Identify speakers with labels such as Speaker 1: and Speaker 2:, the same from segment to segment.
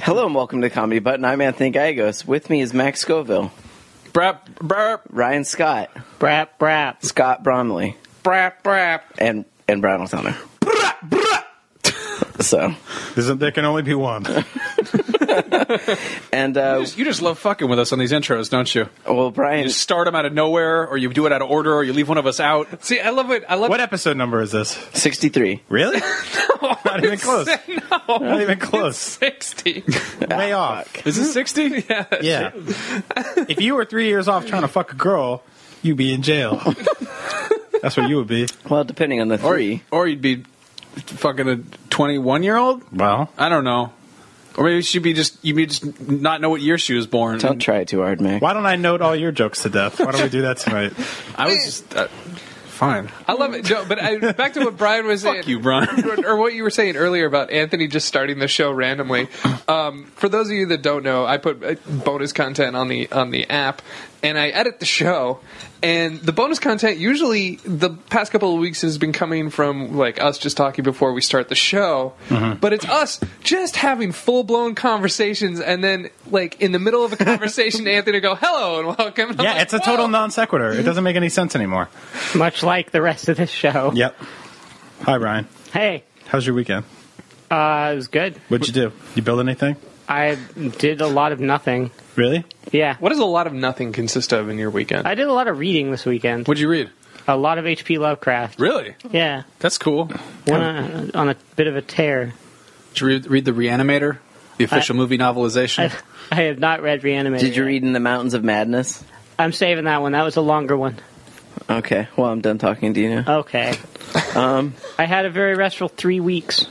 Speaker 1: Hello and welcome to Comedy Button. I'm Anthony Gallegos. With me is Max Scoville,
Speaker 2: Brap, brap,
Speaker 1: Ryan Scott,
Speaker 2: brap, brap,
Speaker 1: Scott Bromley,
Speaker 2: brap, brap.
Speaker 1: and and Brian O'Connor. So
Speaker 3: Isn't there can only be one?
Speaker 1: and uh,
Speaker 2: You just, you just love fucking with us on these intros, don't you?
Speaker 1: well, Brian,
Speaker 2: You start them out of nowhere, or you do it out of order, or you leave one of us out.
Speaker 4: See, I love it. I love
Speaker 3: what episode number is this?
Speaker 1: 63.
Speaker 3: Really? Not even close.
Speaker 4: no,
Speaker 3: Not even close.
Speaker 4: sixty.
Speaker 3: Way off.
Speaker 2: Is it sixty?
Speaker 4: Yeah.
Speaker 3: Yeah. if you were three years off trying to fuck a girl, you'd be in jail. That's what you would be.
Speaker 1: Well, depending on the
Speaker 2: Or,
Speaker 1: three.
Speaker 2: or you'd be fucking a twenty-one-year-old?
Speaker 3: Well,
Speaker 2: I don't know. Or maybe she'd be just you would just not know what year she was born.
Speaker 1: Don't try too hard, Max.
Speaker 3: why don't I note all your jokes to death? Why don't we do that tonight?
Speaker 2: I was just uh, fine.
Speaker 4: Eh. I love it. No, but I, back to what Brian was saying.
Speaker 2: Fuck you, Brian.
Speaker 4: or what you were saying earlier about Anthony just starting the show randomly. Um, for those of you that don't know, I put uh, bonus content on the on the app, and I edit the show. And the bonus content usually the past couple of weeks has been coming from like us just talking before we start the show,
Speaker 3: Mm-hmm.
Speaker 4: but it's us just having full blown conversations, and then like in the middle of a conversation, Anthony will go hello and welcome. And I'm
Speaker 3: Yeah,
Speaker 4: like,
Speaker 3: it's a total
Speaker 4: "Whoa."
Speaker 3: non sequitur. It doesn't make any sense anymore.
Speaker 5: much like the rest of this show.
Speaker 3: Yep. Hi, Brian.
Speaker 5: Hey,
Speaker 3: How's your weekend?
Speaker 5: uh, it was good.
Speaker 3: What'd you do? You build anything?
Speaker 5: I did a lot of nothing.
Speaker 3: Really?
Speaker 5: Yeah.
Speaker 4: What does a lot of nothing consist of in your weekend?
Speaker 5: I did a lot of reading this weekend.
Speaker 2: What'd you read?
Speaker 5: A lot of H.P. Lovecraft.
Speaker 2: Really?
Speaker 5: Yeah.
Speaker 2: That's cool.
Speaker 5: Went on, on a bit of a tear.
Speaker 2: Did you read, read the Reanimator, the official movie novelization?
Speaker 5: I, I have not read Reanimator.
Speaker 1: Did you
Speaker 5: yet.
Speaker 1: read In the Mountains of Madness?
Speaker 5: I'm saving that one. That was a longer one.
Speaker 1: Okay. Well, I'm done talking to you now.
Speaker 5: Okay.
Speaker 1: Um,
Speaker 5: I had a very restful three weeks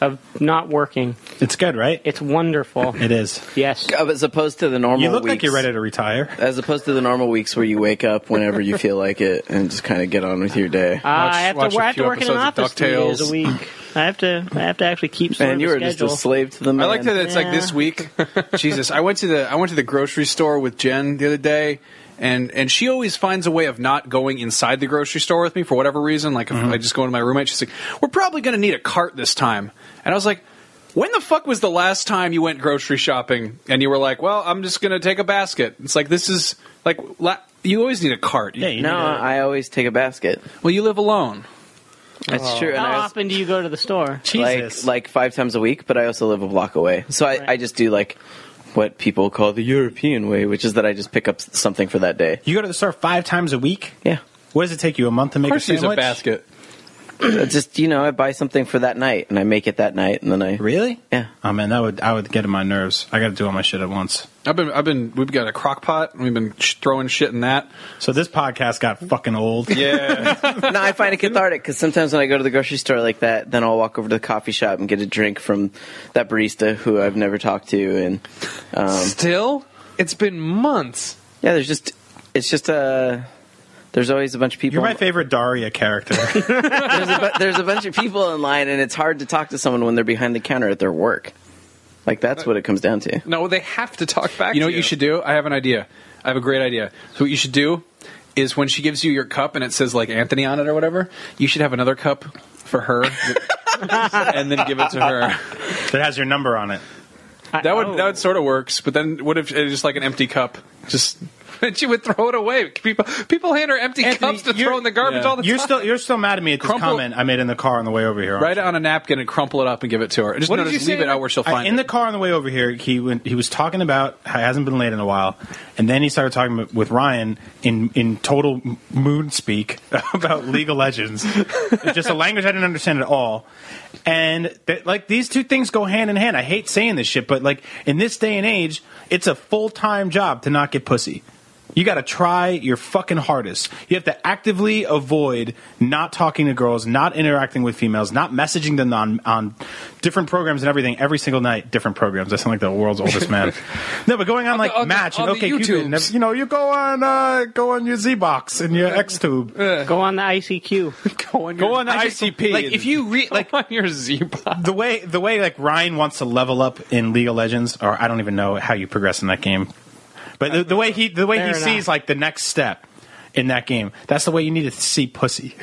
Speaker 5: of not working.
Speaker 3: It's good, right?
Speaker 5: It's wonderful.
Speaker 3: It is.
Speaker 5: yes.
Speaker 1: as opposed to the normal
Speaker 3: You look like
Speaker 1: weeks-
Speaker 3: you're ready to retire.
Speaker 1: As opposed to the normal weeks where you wake up whenever you feel like it and just kind of get on with your day.
Speaker 5: Uh, I have
Speaker 2: watch
Speaker 5: to,
Speaker 2: a
Speaker 5: I have to
Speaker 2: few
Speaker 5: work in an
Speaker 2: episodes of
Speaker 5: office three days
Speaker 2: DuckTales.
Speaker 5: a week. I have to. I have to actually keep. sort
Speaker 1: Man,
Speaker 5: of
Speaker 1: you
Speaker 5: a
Speaker 1: are just a
Speaker 5: schedule.
Speaker 1: slave to the man.
Speaker 2: I like that it's like
Speaker 5: Yeah.
Speaker 2: this week. Jesus, I went to the I went to the grocery store with Jen the other day, and and she always finds a way of not going inside the grocery store with me for whatever reason. Like
Speaker 3: Mm-hmm.
Speaker 2: if I just go into my roommate, she's like, "We're probably going to need a cart this time," and I was like. When the fuck was the last time you went grocery shopping and you were like, "Well, I'm just gonna take a basket"? It's like this is like la- you always need a cart.
Speaker 3: Yeah, you
Speaker 1: No,
Speaker 3: need to-
Speaker 1: I always take a basket.
Speaker 2: Well, you live alone.
Speaker 1: That's
Speaker 3: Oh.
Speaker 1: true. And I
Speaker 5: How
Speaker 1: also-
Speaker 5: often do you go to the store?
Speaker 1: like
Speaker 3: Jesus.
Speaker 1: like five times a week, but I also live a block away, so I,
Speaker 5: Right.
Speaker 1: I just do like what people call the European way, which is that I just pick up s- something for that day.
Speaker 3: you go to the store five times a week?
Speaker 1: Yeah,
Speaker 3: What does it take you a month to make
Speaker 2: Of course,
Speaker 3: a
Speaker 2: you use
Speaker 3: sandwich?
Speaker 2: a basket.
Speaker 1: It's just you know, I buy something for that night and I make it that night, and then I
Speaker 3: Really?
Speaker 1: yeah.
Speaker 3: Oh man, that would I would get in my nerves. I got to do all my shit at once.
Speaker 2: I've been, I've been, we've got a crock pot. and We've been sh- throwing shit in that.
Speaker 3: So this podcast got fucking old.
Speaker 2: Yeah,
Speaker 1: no, I find it cathartic because sometimes when I go to the grocery store like that, then I'll walk over to the coffee shop and get a drink from that barista who I've never talked to, and um,
Speaker 4: Still, it's been months.
Speaker 1: yeah, there's just it's just Uh, there's always a bunch of people.
Speaker 3: You're my favorite Daria character.
Speaker 1: there's, a, bu- there's a bunch of people in line, and it's hard to talk to someone when they're behind the counter at their work. Like that's what it comes down to.
Speaker 4: No, they have to talk back.
Speaker 2: You know
Speaker 4: to
Speaker 2: what you should do? I have an idea. I have a great idea. So what you should do is when she gives you your cup and it says like Anthony on it or whatever, you should have another cup for her and then give it to her.
Speaker 3: that has your number on it.
Speaker 5: I-
Speaker 2: That would
Speaker 5: oh.
Speaker 2: that would sort of works, but then what if it's just like an empty cup? Just
Speaker 4: And she would throw it away. People, people hand her empty
Speaker 3: Anthony,
Speaker 4: cups to
Speaker 3: you're-
Speaker 4: throw in the garbage
Speaker 2: yeah.
Speaker 4: all the
Speaker 3: You're
Speaker 4: time.
Speaker 3: still you're still mad at me at this
Speaker 2: Crumple-
Speaker 3: comment I made in the car on the way over here. aren't
Speaker 2: write
Speaker 3: you?
Speaker 2: it on a napkin and crumple it up and give it to her. Just,
Speaker 4: What
Speaker 2: no,
Speaker 4: did
Speaker 2: just
Speaker 4: you say
Speaker 2: leave it
Speaker 4: in
Speaker 2: out
Speaker 4: the-
Speaker 2: where she'll
Speaker 3: I-
Speaker 2: find
Speaker 3: in the
Speaker 2: it.
Speaker 3: car on the way over here, he went, he was talking about how it hasn't been late in a while, and then he started talking with- with Ryan in in total m- moon speak about League of Legends, It's just a language I didn't understand at all. And that, like these two things go hand in hand. I hate saying this shit, but like in this day and age, it's a full time job to not get pussy. You got to try your fucking hardest. You have to actively avoid not talking to girls, not interacting with females, not messaging them on on different programs and everything every single night. Different programs. I sound like the world's oldest man. No, but going on like
Speaker 4: the- on the-
Speaker 3: Match
Speaker 4: on
Speaker 3: and
Speaker 4: the
Speaker 3: OK Cupid, and
Speaker 4: YouTubes.
Speaker 3: ev- you know, you go on uh, go on your Z box and your X
Speaker 4: Uh,
Speaker 3: tube.
Speaker 5: Go on the ICQ.
Speaker 4: go on,
Speaker 2: Go
Speaker 4: your,
Speaker 2: on
Speaker 3: I just-
Speaker 2: ICP.
Speaker 3: Like if you read like
Speaker 4: on your Z-Box.
Speaker 3: the way the way like Ryan wants to level up in League of Legends, or I don't even know how you progress in that game, but the, the way he the way
Speaker 5: Fair
Speaker 3: he
Speaker 5: enough.
Speaker 3: sees like the next step in that game, that's the way you need to see pussy.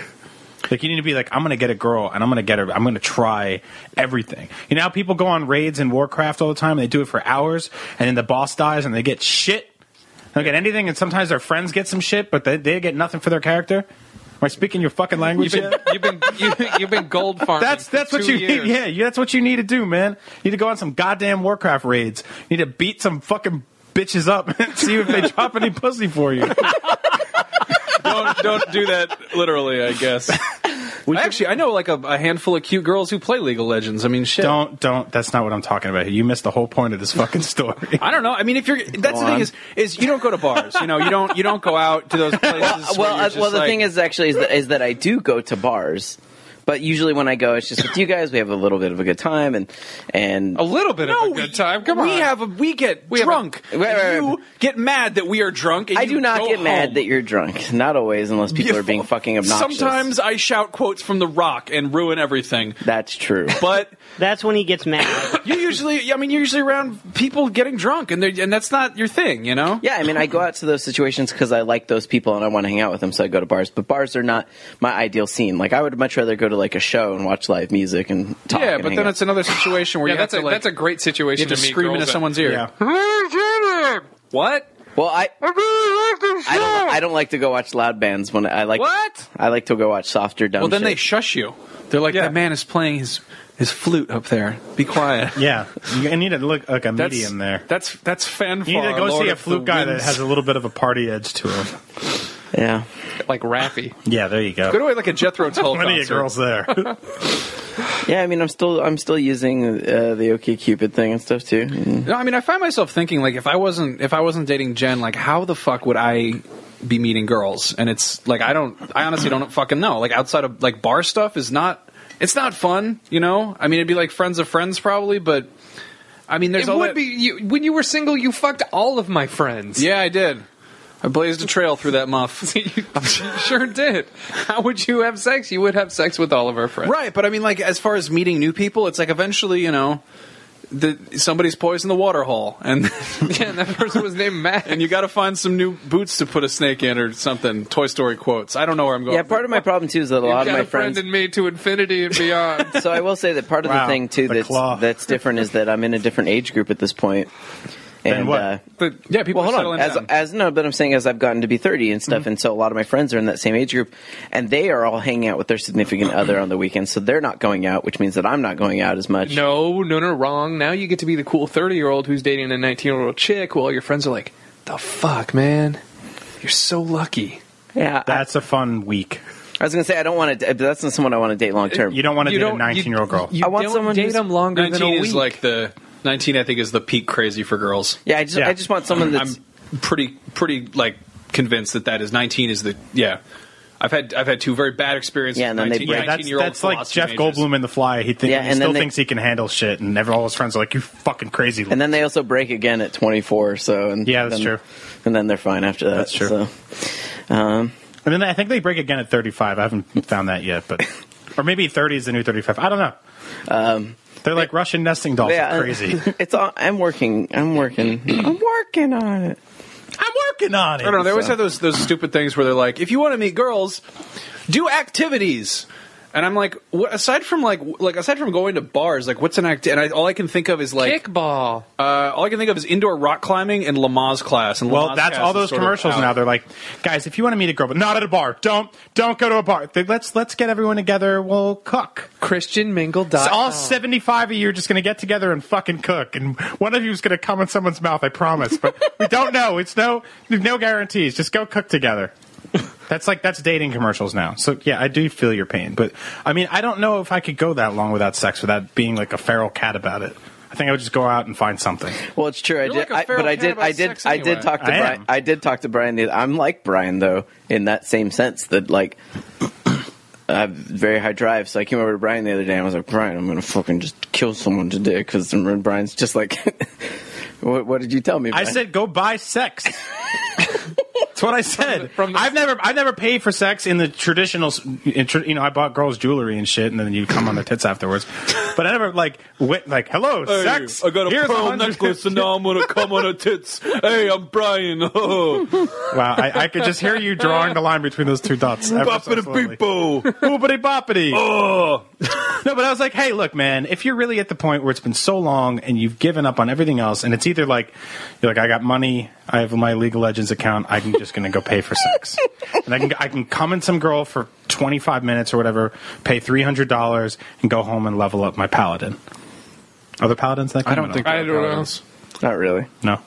Speaker 3: Like you need to be like, I'm gonna get a girl and I'm gonna get her. I'm gonna try everything. You know how people go on raids in Warcraft all the time and they do it for hours and then the boss dies and they get shit. They don't get anything and sometimes their friends get some shit, but they, they get nothing for their character. Am I speaking your fucking language?
Speaker 4: You've been
Speaker 3: yet?
Speaker 4: you've been you've, you've been gold farming.
Speaker 3: That's
Speaker 4: for
Speaker 3: that's what
Speaker 4: two
Speaker 3: you
Speaker 4: years.
Speaker 3: need. Yeah, you- that's what you need to do, man. You need to go on some goddamn Warcraft raids. You need to beat some fucking bitches up and see if they drop any pussy for you.
Speaker 2: don't don't do that literally. I guess. Actually, I know like a, a handful of cute girls who play League of Legends. I mean, shit.
Speaker 3: Don't don't. That's not what I'm talking about. here. You missed the whole point of this fucking story.
Speaker 2: I don't know. I mean, if you're that's
Speaker 1: on.
Speaker 2: the thing is is you don't go to bars. You know, you don't you don't go out to those places.
Speaker 1: well,
Speaker 2: where you're
Speaker 1: uh,
Speaker 2: just
Speaker 1: well, the
Speaker 2: like-
Speaker 1: thing is actually is that, is that I do go to bars, but usually when I go, it's just with you guys. We have a little bit of a good time, and and
Speaker 2: Oh,
Speaker 4: a little bit of a good time. Come
Speaker 2: we
Speaker 4: on,
Speaker 2: have a we get
Speaker 4: have a-
Speaker 2: drunk.
Speaker 1: Wait, wait, wait.
Speaker 2: You get mad that we are drunk. And
Speaker 1: I
Speaker 2: you
Speaker 1: do not
Speaker 2: go
Speaker 1: get mad
Speaker 2: home.
Speaker 1: that you're drunk. Not always, unless people
Speaker 2: You-
Speaker 1: are being fucking obnoxious.
Speaker 2: Sometimes I shout quotes from The Rock and ruin everything.
Speaker 1: that's true.
Speaker 2: But
Speaker 5: That's when he gets mad.
Speaker 2: you usually, I mean, you're usually around people getting drunk, and they're- and that's not your thing, you know.
Speaker 1: Yeah, I mean, I go out to those situations because I like those people and I want to hang out with them, so I go to bars. But bars are not my ideal scene. Like, I would much rather go to like a show and watch live music and talk.
Speaker 2: Yeah,
Speaker 1: and
Speaker 2: but
Speaker 1: hang
Speaker 2: then
Speaker 1: out.
Speaker 2: it's another situation where
Speaker 4: yeah,
Speaker 2: you
Speaker 4: that's
Speaker 2: have
Speaker 4: a
Speaker 2: to like
Speaker 4: that's a great situation
Speaker 2: you have to
Speaker 4: meet
Speaker 2: scream
Speaker 4: girls
Speaker 2: into
Speaker 4: at.
Speaker 2: someone's ear.
Speaker 3: Yeah.
Speaker 2: What?
Speaker 1: well, I I don't, I don't like to go watch loud bands when I like
Speaker 2: What?
Speaker 1: I like to go watch softer dumb.
Speaker 2: Well, then they
Speaker 1: shit.
Speaker 2: shush you. They're like,
Speaker 4: Yeah.
Speaker 2: that man is playing his his flute up there. Be quiet.
Speaker 3: yeah, you need to look like a
Speaker 2: That's-
Speaker 3: medium there.
Speaker 2: That's that's fanfare.
Speaker 3: You need to go
Speaker 2: Lord
Speaker 3: see a
Speaker 2: of the
Speaker 3: flute guy that
Speaker 2: Winds.
Speaker 3: has a little bit of a party edge to him.
Speaker 1: yeah.
Speaker 4: like Raffy.
Speaker 3: Yeah, there you
Speaker 2: Go
Speaker 3: go.
Speaker 2: to like a Jethro Tull
Speaker 3: Plenty of
Speaker 2: concert.
Speaker 3: girls there.
Speaker 1: Yeah, I mean, I'm still I'm still using uh, the OK Cupid thing and stuff too. Mm.
Speaker 2: No, I mean, I find myself thinking like if I wasn't if I wasn't dating Jen, like how the fuck would I be meeting girls? And it's like I don't, I honestly don't fucking know. Like outside of like bar stuff is not, it's not fun. You know, I mean, it'd be like friends of friends probably, but I mean, there's
Speaker 4: it
Speaker 2: all
Speaker 4: would
Speaker 2: that-
Speaker 4: be you, when you were single. You fucked all of my friends.
Speaker 2: Yeah, I did. I blazed a trail through that muff.
Speaker 4: you sure did. How would you have sex? You would have sex with all of our friends.
Speaker 2: right, but I mean, like as far as meeting new people, it's like eventually, you know. The, somebody's poisoned the water hole, and
Speaker 4: Yeah, and that person was named Matt.
Speaker 2: and you got to find some new boots to put a snake in or something. Toy Story quotes. I don't know where I'm going.
Speaker 1: Yeah, part of my problem too is that a lot
Speaker 4: got
Speaker 1: of my
Speaker 4: a friend
Speaker 1: friends.
Speaker 4: in me to infinity and beyond.
Speaker 1: so I will say that part of
Speaker 3: Wow,
Speaker 1: the thing too
Speaker 3: the
Speaker 1: that's
Speaker 3: claw.
Speaker 1: that's different is that I'm in a different age group at this point. And,
Speaker 3: what?
Speaker 1: Uh,
Speaker 2: But yeah, people
Speaker 1: well,
Speaker 2: are
Speaker 1: hold on.
Speaker 2: settling
Speaker 1: As,
Speaker 2: down.
Speaker 1: as no, but I'm saying as I've gotten to be 30 and
Speaker 3: Mm-hmm.
Speaker 1: stuff, and so a lot of my friends are in that same age group, and they are all hanging out with their significant other on the weekends, so they're not going out, which means that I'm not going out as much.
Speaker 4: No, no, no, wrong. Now you get to be the cool 30 year old who's dating a 19 year old chick while all your friends are like, the fuck, man? You're so lucky.
Speaker 1: yeah. I,
Speaker 3: That's a fun week.
Speaker 1: I was gonna say I don't want to. But that's not someone I want to date long term.
Speaker 3: You don't want to
Speaker 4: You
Speaker 3: date a
Speaker 4: don't- you-
Speaker 3: 19 year old girl.
Speaker 4: You
Speaker 1: I want
Speaker 4: don't
Speaker 1: someone
Speaker 4: date
Speaker 1: who's-
Speaker 4: them longer than a
Speaker 2: 19
Speaker 4: week.
Speaker 2: is like the 19 i think is the peak crazy for girls
Speaker 1: yeah, I just
Speaker 3: Yeah.
Speaker 1: I just want someone that's.
Speaker 2: i'm pretty pretty like convinced that that is 19 is the yeah i've had i've had two very bad experiences
Speaker 1: Yeah, and then
Speaker 2: with
Speaker 1: they
Speaker 2: 19,
Speaker 1: break.
Speaker 3: Yeah, that's
Speaker 2: 19 year old
Speaker 3: that's like
Speaker 2: philosophy
Speaker 3: Jeff
Speaker 2: majors.
Speaker 3: Goldblum in The Fly. He, think,
Speaker 1: Yeah,
Speaker 3: he
Speaker 1: and
Speaker 3: still
Speaker 1: then they-
Speaker 3: thinks he can handle shit, and never all his friends are like, "You fucking crazy."
Speaker 1: And then they also break again at 24. So and
Speaker 3: Yeah,
Speaker 1: then-
Speaker 3: that's true.
Speaker 1: And then they're fine after that.
Speaker 3: That's true.
Speaker 1: So, um,
Speaker 3: And then I think they break again at 35. I haven't found that yet, but or maybe 30 is the new 35. I don't know. Um, They're like Russian nesting dolls.
Speaker 1: yeah, uh,
Speaker 3: crazy.
Speaker 1: It's all. I'm working. I'm working. I'm working on it.
Speaker 3: I'm working on
Speaker 2: I
Speaker 3: it.
Speaker 2: don't know. They always have those those stupid things where they're like, if you want to meet girls, do activities. And I'm like, what, aside from like like aside from going to bars, like what's an act? And I, all I can think of is like
Speaker 4: Kickball.
Speaker 2: uh, all I can think of is indoor rock climbing and Lamaze class. And
Speaker 3: Well,
Speaker 2: Lamaze
Speaker 3: that's
Speaker 2: class
Speaker 3: all
Speaker 2: is
Speaker 3: those
Speaker 2: sort of
Speaker 3: commercials
Speaker 2: out.
Speaker 3: now. They're like, guys, if you want to meet a girl, but not at a bar. Don't don't go to a bar. They- Let's let's get everyone together. We'll cook.
Speaker 4: ChristianMingle.com.
Speaker 3: So all 75 of you are just going to get together and fucking cook, and one of you is going to come in someone's mouth. I promise, but we don't know. It's no no guarantees. Just go cook together. That's like that's dating commercials now. So yeah, I do feel your pain, but I mean, I don't know if I could go that long without sex without being like a feral cat about it. I think I would just go out and find something.
Speaker 1: Well, it's true. I
Speaker 2: You're
Speaker 1: did,
Speaker 2: like a
Speaker 1: I,
Speaker 2: feral
Speaker 1: but I
Speaker 2: cat
Speaker 1: did,
Speaker 2: about
Speaker 1: I did,
Speaker 2: sex
Speaker 1: I did
Speaker 2: anyway.
Speaker 1: talk to
Speaker 3: I
Speaker 1: Brian.
Speaker 3: am.
Speaker 1: I did talk to Brian. the- I'm like Brian though, in that same sense that like. I have very high drive, so I came over to Brian the other day and I was like, Brian, I'm gonna fucking just kill someone today because Brian's just like, what, what did you tell me?
Speaker 3: I
Speaker 1: Brian?"
Speaker 3: said go buy sex. what I said.
Speaker 4: the- from the-
Speaker 3: I've never I've never paid for sex in the traditional. s- In, tr- you know, I bought girls jewelry and shit, and then you come on their tits afterwards. But I never like went like hello sex. Here's $100."
Speaker 6: and now I'm gonna come on her tits. Hey, I'm Brian. Oh,
Speaker 3: Wow, I, I could just hear you drawing the line between those two dots.
Speaker 6: boppity
Speaker 3: Boopity boppity.
Speaker 6: Oh,
Speaker 3: No, but I was like, hey, look, man, if you're really at the point where it's been so long and you've given up on everything else, and it's either like, you're like, I got money, I have my League of Legends account, I'm just going to go pay for sex. and I can, I can come in some girl for 25 minutes or whatever, pay $300, and go home and level up my paladin. Are there paladins in that
Speaker 2: I
Speaker 3: game
Speaker 2: don't
Speaker 3: at
Speaker 2: think
Speaker 3: all?
Speaker 4: I don't know.
Speaker 1: Not really.
Speaker 3: No.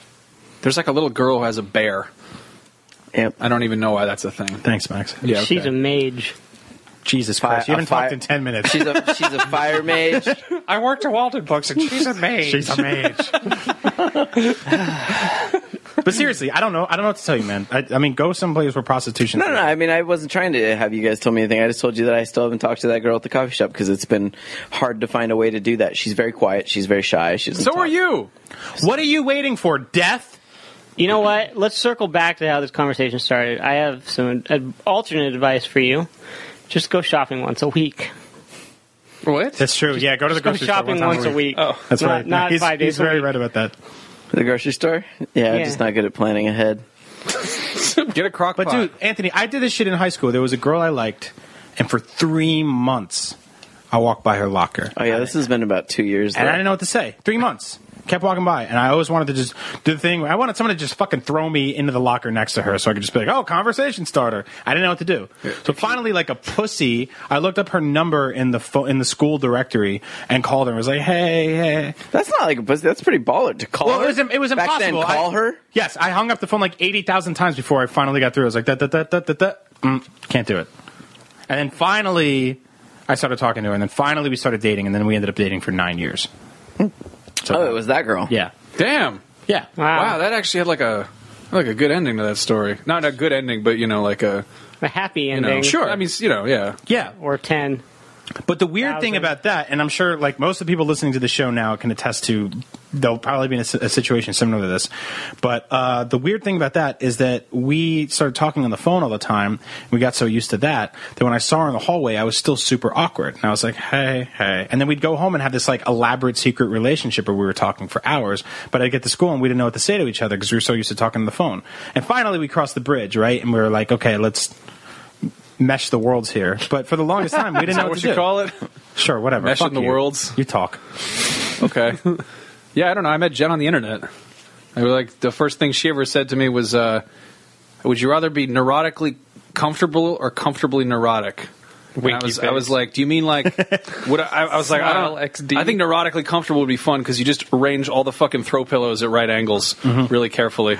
Speaker 2: There's like a little girl who has a bear.
Speaker 1: Yep.
Speaker 2: I don't even know why that's a thing.
Speaker 3: Thanks, Max.
Speaker 2: Yeah,
Speaker 5: She's
Speaker 2: okay.
Speaker 5: a mage.
Speaker 3: Jesus Christ.
Speaker 1: Fi-
Speaker 3: You haven't
Speaker 1: a fi-
Speaker 3: talked in 10 minutes.
Speaker 1: She's a she's a fire mage.
Speaker 4: I worked at Walton Books and she's a maid.
Speaker 3: She's a mage. but seriously, I don't know. I don't know what to tell you, man. I, I mean, go someplace where prostitution.
Speaker 1: No, no, no. I mean, I wasn't trying to have you guys tell me anything. I just told you that I still haven't talked to that girl at the coffee shop because it's been hard to find a way to do that. She's very quiet. She's very shy. She's
Speaker 2: So are you?
Speaker 3: What are you waiting for? Death?
Speaker 5: You know what? Let's circle back to how this conversation started. I have some uh, alternate advice for you. Just go shopping once a week.
Speaker 4: what?
Speaker 3: That's true. Yeah, go to the
Speaker 5: Go
Speaker 3: grocery store
Speaker 5: shopping once a week.
Speaker 4: Oh.
Speaker 3: That's
Speaker 5: not,
Speaker 3: right. No,
Speaker 5: Not
Speaker 3: he's,
Speaker 5: five days
Speaker 3: he's
Speaker 5: a
Speaker 3: very
Speaker 5: week.
Speaker 3: right about that.
Speaker 1: the grocery store. Yeah, I'm
Speaker 5: Yeah.
Speaker 1: just not good at planning ahead.
Speaker 2: Get a crock
Speaker 3: But
Speaker 2: pot.
Speaker 3: dude, Anthony, I did this shit in high school. There was a girl I liked, and for three months, I walked by her locker.
Speaker 1: Oh yeah, this has been about two years.
Speaker 3: and I
Speaker 1: though.
Speaker 3: didn't know what to say. Three months. Kept walking by, and I always wanted to just do the thing. I wanted someone to just fucking throw me into the locker next to her, so I could just be like, "Oh, conversation starter." I didn't know what to do. So finally, like a pussy, I looked up her number in the pho- in the school directory and called her. and Was like, "Hey, hey."
Speaker 1: That's not like a pussy. That's pretty baller to call
Speaker 3: Well,
Speaker 1: her.
Speaker 3: it was it was
Speaker 1: Back
Speaker 3: impossible.
Speaker 1: then, call
Speaker 3: I-
Speaker 1: her.
Speaker 3: Yes, I hung up the phone like eighty thousand times before I finally got through. I was like, "Da da da da da da." Mm, can't do it. And then finally, I started talking to her, and then finally we started dating, and then we ended up dating for nine years. So,
Speaker 1: Oh, it was that girl.
Speaker 3: yeah.
Speaker 2: Damn.
Speaker 3: Yeah.
Speaker 2: Wow, that actually had like a like a good ending to that story. Not a good ending, but you know, like a
Speaker 5: A happy
Speaker 2: you
Speaker 5: ending.
Speaker 2: know, sure. I mean, you know, yeah.
Speaker 3: Yeah.
Speaker 5: Or 10.
Speaker 3: But the weird thing
Speaker 5: Thousand.
Speaker 3: about that, and I'm sure like most of the people listening to the show now can attest to, they'll probably be in a, si- a situation similar to this. But uh, the weird thing about that is that we started talking on the phone all the time. We got so used to that that when I saw her in the hallway, I was still super awkward. And I was like, hey, hey. And then we'd go home and have this like elaborate secret relationship where we were talking for hours. But I'd get to school and we didn't know what to say to each other because we were so used to talking on the phone. And finally we crossed the bridge, right? And we were like, okay, let's mesh the worlds here. But for the longest time, we didn't know
Speaker 2: What,
Speaker 3: what
Speaker 2: what
Speaker 3: to
Speaker 2: you
Speaker 3: do.
Speaker 2: call it?
Speaker 3: Sure, whatever.
Speaker 2: Meshing
Speaker 3: Fuck
Speaker 2: the
Speaker 3: you.
Speaker 2: worlds.
Speaker 3: You talk.
Speaker 2: Okay. yeah, I don't know. I met Jen on the internet. I was like the first thing she ever said to me was, uh, "Would you rather be neurotically comfortable or comfortably neurotic?" And I
Speaker 4: Winky
Speaker 2: was, I
Speaker 4: face.
Speaker 2: was like, "Do you mean like?" What I, I was like, "I
Speaker 4: Smile
Speaker 2: don't."
Speaker 4: XD.
Speaker 2: I think neurotically comfortable would be fun because you just arrange all the fucking throw pillows at right angles really carefully.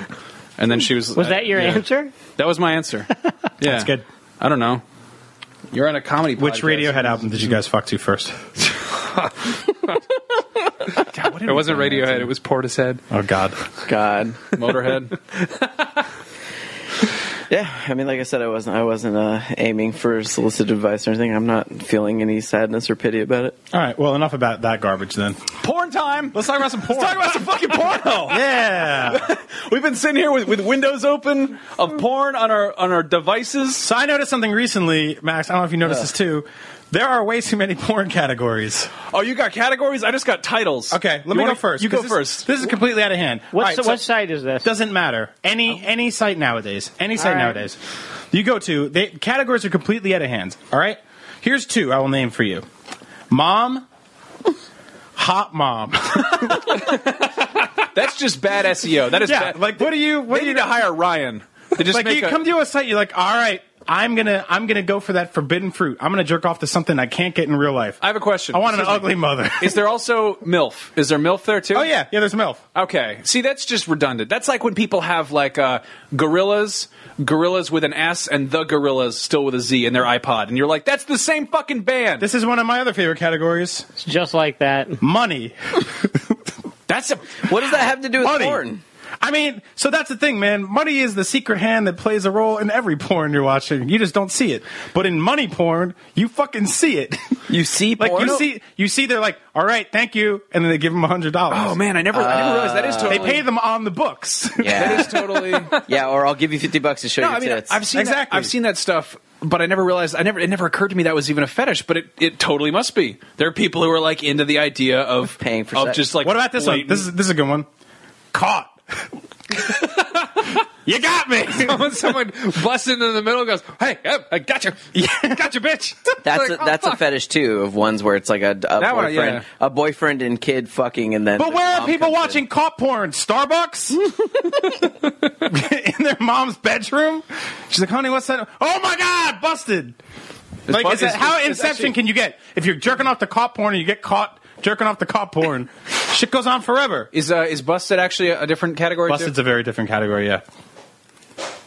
Speaker 2: And then she was.
Speaker 5: Was that your
Speaker 2: yeah.
Speaker 5: answer?
Speaker 2: That was my answer. Yeah,
Speaker 3: That's good.
Speaker 2: I don't know. You're on a comedy.
Speaker 3: Which
Speaker 2: podcast.
Speaker 3: Radiohead album did you guys fuck to first?
Speaker 4: It wasn't Radiohead, it was Portishead.
Speaker 3: Oh God.
Speaker 1: God.
Speaker 2: Motorhead.
Speaker 1: Yeah, I mean, like I said, I wasn't I wasn't uh, aiming for solicit advice or anything. I'm not feeling any sadness or pity about it.
Speaker 3: All right. Well, enough about that garbage then.
Speaker 2: porn time. Let's talk about some porn.
Speaker 3: Let's talk about
Speaker 2: some fucking porno.
Speaker 3: Yeah.
Speaker 2: We've been sitting here with, with windows open of porn on our on our devices.
Speaker 3: so I noticed something recently, Max. I don't know if you noticed this too. There are way too many porn categories.
Speaker 2: Oh, you got categories? I just got titles.
Speaker 3: Okay, let
Speaker 2: You
Speaker 3: me
Speaker 2: wanna-
Speaker 3: go first.
Speaker 2: You go
Speaker 3: 'cause this,
Speaker 2: first.
Speaker 3: This is completely out of hand.
Speaker 5: What's,
Speaker 3: All right, so-
Speaker 5: what site is this?
Speaker 3: Doesn't matter. Any
Speaker 2: Oh.
Speaker 3: any site nowadays. Any site
Speaker 5: right.
Speaker 3: nowadays. You go to they categories are completely out of hand. All right. Here's two I will name for you. Mom. Hot mom.
Speaker 2: That's just bad SEO. That is
Speaker 3: yeah.
Speaker 2: bad.
Speaker 3: Like what do you what
Speaker 2: they
Speaker 3: do
Speaker 2: need
Speaker 3: you
Speaker 2: to hire Ryan. They just
Speaker 3: like
Speaker 2: make
Speaker 3: you
Speaker 2: a-
Speaker 3: come to a site you're like all right I'm gonna I'm gonna go for that forbidden fruit. I'm gonna jerk off to something I can't get in real life.
Speaker 2: I have a question.
Speaker 3: I want an
Speaker 2: Excuse me.
Speaker 3: ugly mother.
Speaker 2: Is there also MILF? Is there MILF there too?
Speaker 3: oh yeah, yeah. There's milf.
Speaker 2: Okay. See, that's just redundant. That's like when people have like uh, gorillas, gorillas with an S, and the gorillas still with a Z in their iPod, and you're like, that's the same fucking band.
Speaker 3: This is one of my other favorite categories.
Speaker 5: It's just like that.
Speaker 3: Money.
Speaker 2: that's a
Speaker 1: What does that have to do with
Speaker 3: Money.
Speaker 1: porn?
Speaker 3: I mean, so that's the thing, man. Money is the secret hand that plays a role in every porn you're watching. You just don't see it. But in money porn, you fucking see it.
Speaker 1: You see
Speaker 3: like
Speaker 1: porn?
Speaker 3: you see, you see, they're like, "All right, thank you," and then they give them a hundred dollars.
Speaker 2: Oh man, I never, I never realized that is
Speaker 3: Uh, They
Speaker 2: totally.
Speaker 3: pay them on the books.
Speaker 2: that
Speaker 1: Yeah,
Speaker 2: is totally.
Speaker 1: yeah. Or I'll give you fifty bucks to show
Speaker 2: No,
Speaker 1: you
Speaker 2: I mean
Speaker 1: tits.
Speaker 2: I've seen
Speaker 3: Exactly.
Speaker 2: That, I've seen that stuff, but I never realized. I never. It never occurred to me that was even a fetish, but it, it totally must be. There are people who are like into the idea of
Speaker 1: Paying for
Speaker 2: of
Speaker 1: sex.
Speaker 2: just like
Speaker 3: what about this one?
Speaker 2: blatant-
Speaker 3: This is this is a good one. Caught. you got me.
Speaker 4: when someone busts into the middle and goes, "Hey, yep, I got you, got you, bitch."
Speaker 1: that's
Speaker 4: Like,
Speaker 1: a,
Speaker 4: oh,
Speaker 1: that's a
Speaker 4: fuck.
Speaker 1: fetish too of ones where it's like a, a boyfriend,
Speaker 2: one, yeah.
Speaker 1: a boyfriend and kid fucking, and then.
Speaker 3: But
Speaker 1: the
Speaker 3: where are
Speaker 1: mom
Speaker 3: people
Speaker 1: comes in.
Speaker 3: watching cop porn? Starbucks? in their mom's bedroom? She's like, honey, what's that? Oh my God, busted! like,
Speaker 2: bu-
Speaker 3: is that,
Speaker 2: it's-
Speaker 3: how
Speaker 2: it's- it's
Speaker 3: inception
Speaker 2: actually-
Speaker 3: can you get? If you're jerking off to cop porn and you get caught jerking off to cop porn, shit goes on forever.
Speaker 2: Is uh, is busted actually a, a different category? too?
Speaker 3: Busted's a very different category, yeah.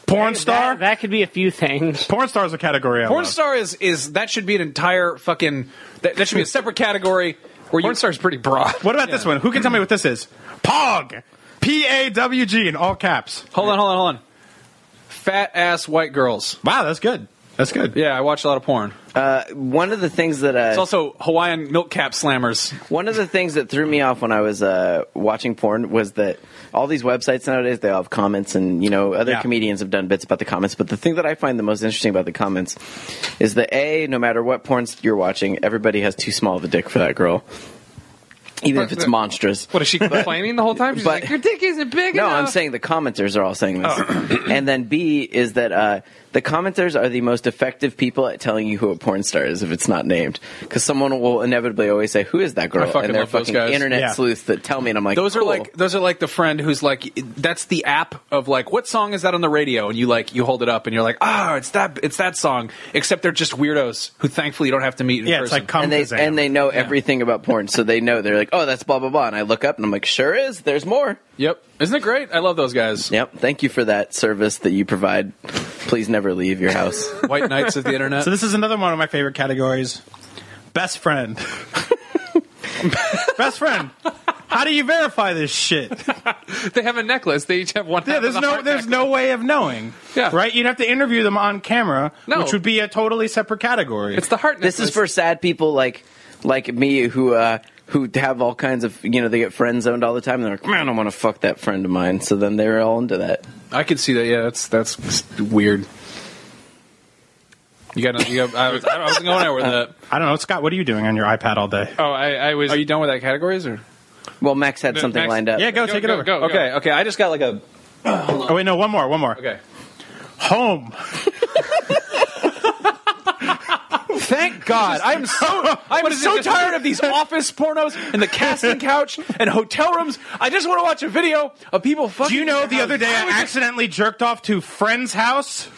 Speaker 3: Porn star?
Speaker 5: That, that could be a few things.
Speaker 3: porn star's a category. I
Speaker 2: Porn
Speaker 3: love.
Speaker 2: star is is that should be an entire fucking that, that should be a separate category where
Speaker 4: Porn
Speaker 2: you
Speaker 4: star's pretty broad.
Speaker 3: What about this one? Who can tell me what this is? Pog! P A W G in all caps.
Speaker 2: hold on, hold on, hold on. Fat ass white girls.
Speaker 3: Wow, that's good. That's good.
Speaker 2: Yeah, I watch a lot of porn.
Speaker 1: Uh, One of the things that uh,
Speaker 2: It's also Hawaiian milk cap slammers.
Speaker 1: One of the things that threw me off when I was uh, watching porn was that all these websites nowadays they all have comments, and you know other
Speaker 3: Yeah.
Speaker 1: comedians have done bits about the comments. But the thing that I find the most interesting about the comments is that a no matter what porns you're watching, everybody has too small of a dick for that girl, even if it's monstrous.
Speaker 4: What is she complaining the whole time? She's
Speaker 1: but-
Speaker 4: like, "Your dick isn't big
Speaker 1: No, I'm
Speaker 4: enough."
Speaker 1: saying the commenters are all saying this.
Speaker 2: Oh.
Speaker 1: and then B is that uh, the commenters are the most effective people at telling you who a porn star is if it's not named, because someone will inevitably always say, "Who is that girl?"
Speaker 2: I fucking
Speaker 1: and they're
Speaker 2: love those
Speaker 1: fucking
Speaker 2: guys.
Speaker 1: internet
Speaker 3: Yeah.
Speaker 1: sleuths that tell me, and I'm like,
Speaker 2: Those are
Speaker 1: "Cool."
Speaker 2: like those are like the friend who's like that's the app of like what song is that on the radio and you like you hold it up and you're like ah it's that it's that song except they're just weirdos who thankfully you don't have to meet in
Speaker 3: Yeah, it's
Speaker 2: person.
Speaker 3: like Kung
Speaker 1: and they
Speaker 3: Kazam.
Speaker 1: and they know everything about porn, so they know they're like, "Oh, that's blah blah blah," and I look up and I'm like, "Sure is. There's more."
Speaker 2: yep, isn't it great? I love those guys.
Speaker 1: Yep. Thank you for that service that you provide. Please never leave your house.
Speaker 2: White knights of the internet.
Speaker 3: So this is another one of my favorite categories. Best friend. Best friend. How do you verify this shit?
Speaker 4: they have a necklace. They each have one.
Speaker 3: Yeah,
Speaker 4: half
Speaker 3: there's
Speaker 4: of the
Speaker 3: no
Speaker 4: heart
Speaker 3: there's no way of knowing.
Speaker 4: Yeah.
Speaker 3: Right? You'd have to interview them on camera,
Speaker 4: No.
Speaker 3: which would be a totally separate category.
Speaker 4: It's the heart.
Speaker 1: this is
Speaker 4: necklace.
Speaker 1: for sad people like like me who uh who have all kinds of you know they get friend zoned all the time. And they're like, man, I want to fuck that friend of mine. So then they're all into that.
Speaker 2: I could see that. Yeah, that's that's weird. You got. You got. I was. I wasn't going anywhere with that.
Speaker 3: I don't know, Scott, what are you doing on your iPad all day?
Speaker 4: Oh, I, I was.
Speaker 2: Are you done with that categories or?
Speaker 1: Well, Max had
Speaker 4: No,
Speaker 1: something
Speaker 4: Max-
Speaker 1: lined up.
Speaker 3: Yeah, go,
Speaker 4: Go,
Speaker 3: take
Speaker 4: go,
Speaker 3: it over.
Speaker 4: go.
Speaker 2: Okay. Okay. I just got like a.
Speaker 3: Oh wait, no, one more, one more.
Speaker 2: Okay.
Speaker 3: Home.
Speaker 2: Thank God. I'm so I'm so tired of these office pornos and the casting couch and hotel rooms. I just want to watch a video of people fucking.
Speaker 3: Do you know the other day I accidentally jerked off to friend's house?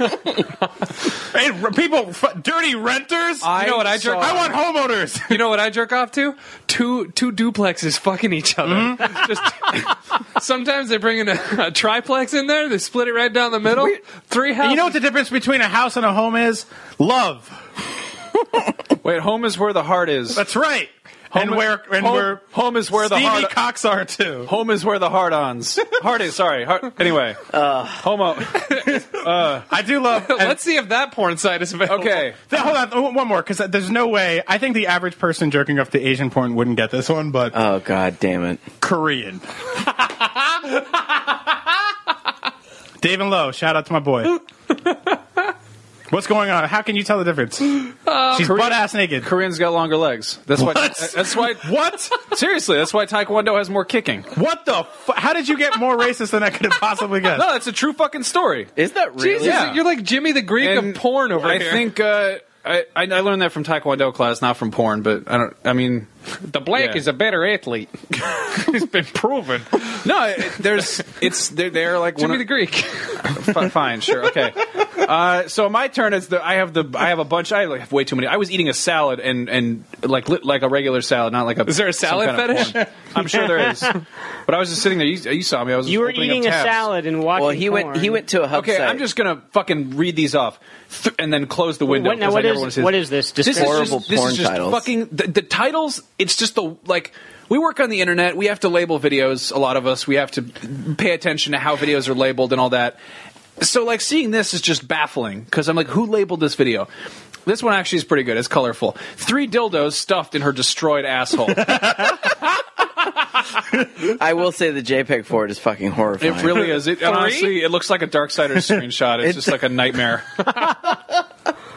Speaker 3: hey, r- people, f- dirty renters.
Speaker 2: I
Speaker 4: You know what I jerked-
Speaker 2: saw-
Speaker 3: I want homeowners.
Speaker 4: You know what I jerk off to? Two two duplexes fucking each other. Just sometimes they bring in a, a triplex in there. They split it right down the middle. Three houses.
Speaker 3: You know what the difference between a house and a home is? Love.
Speaker 2: Wait, home is where the heart is.
Speaker 3: That's right. and
Speaker 2: Home-
Speaker 3: where and
Speaker 2: home-
Speaker 3: where
Speaker 2: home is where the
Speaker 3: Stevie
Speaker 2: heart-
Speaker 3: Cox are too.
Speaker 2: Home is where the heart ons. Heart is sorry. Heart, anyway, homo.
Speaker 3: I do love. and-
Speaker 4: Let's see if that porn site is available.
Speaker 2: Okay.
Speaker 3: th- hold on, oh, one more because there's no way. I think the average person jerking off to Asian porn wouldn't get this one, but
Speaker 1: Oh god, damn it.
Speaker 3: Korean. Dave and Lowe, shout out to my boy. What's going on? How can you tell the difference? She's butt ass naked.
Speaker 2: Koreans got longer legs. That's why.
Speaker 3: What?
Speaker 2: That's why.
Speaker 3: What?
Speaker 2: Seriously, that's why Taekwondo has more kicking.
Speaker 3: What the? Fu- How did you get more racist than I could have possibly guessed?
Speaker 2: No, that's a true fucking story.
Speaker 1: Is that really?
Speaker 4: Jesus,
Speaker 2: Yeah.
Speaker 4: you're like Jimmy the Greek
Speaker 2: And
Speaker 4: of porn over
Speaker 2: I
Speaker 4: here.
Speaker 2: think uh, I I I learned that from Taekwondo class, not from porn. But I don't. I mean,
Speaker 4: the black
Speaker 2: Yeah.
Speaker 4: is a better athlete. He's been proven.
Speaker 2: no. It, there's it's they're, they're like
Speaker 4: Jimmy
Speaker 2: one
Speaker 4: the
Speaker 2: of-
Speaker 4: Greek.
Speaker 2: Fi- fine, sure, okay. Uh, so my turn is the I have the I have a bunch. I like, have way too many. I was eating a salad and and like li- like a regular salad, not like a.
Speaker 4: Is there a
Speaker 2: some
Speaker 4: salad
Speaker 2: kind of
Speaker 4: fetish?
Speaker 2: porn. I'm sure there is. But I was just sitting there. You, you saw me. I was.
Speaker 5: You
Speaker 2: just
Speaker 5: were
Speaker 2: opening up
Speaker 5: eating a
Speaker 2: tabs.
Speaker 5: salad and watching.
Speaker 1: Well, he went
Speaker 5: porn.
Speaker 1: he went to a hub
Speaker 2: Okay,
Speaker 1: site.
Speaker 2: I'm just gonna fucking read these off th- and then close the window.
Speaker 5: What, now,
Speaker 2: 'cause
Speaker 5: what
Speaker 2: I never wanna
Speaker 5: is
Speaker 2: see
Speaker 5: what is this? Just
Speaker 1: horrible
Speaker 2: this
Speaker 1: porn
Speaker 2: is just
Speaker 1: titles.
Speaker 2: Fucking the, the titles. It's just the like we work on the internet. We have to label videos. A lot of us. We have to pay attention to how videos are labeled and all that. So like seeing this is just baffling because I'm like, who labeled this video? This one actually is pretty good. It's colorful. Three dildos stuffed in her destroyed asshole.
Speaker 1: I will say the JPEG for it is fucking horrifying.
Speaker 2: It really is. It, honestly, it looks like a Darksiders screenshot. It's
Speaker 1: It-
Speaker 2: just like a nightmare.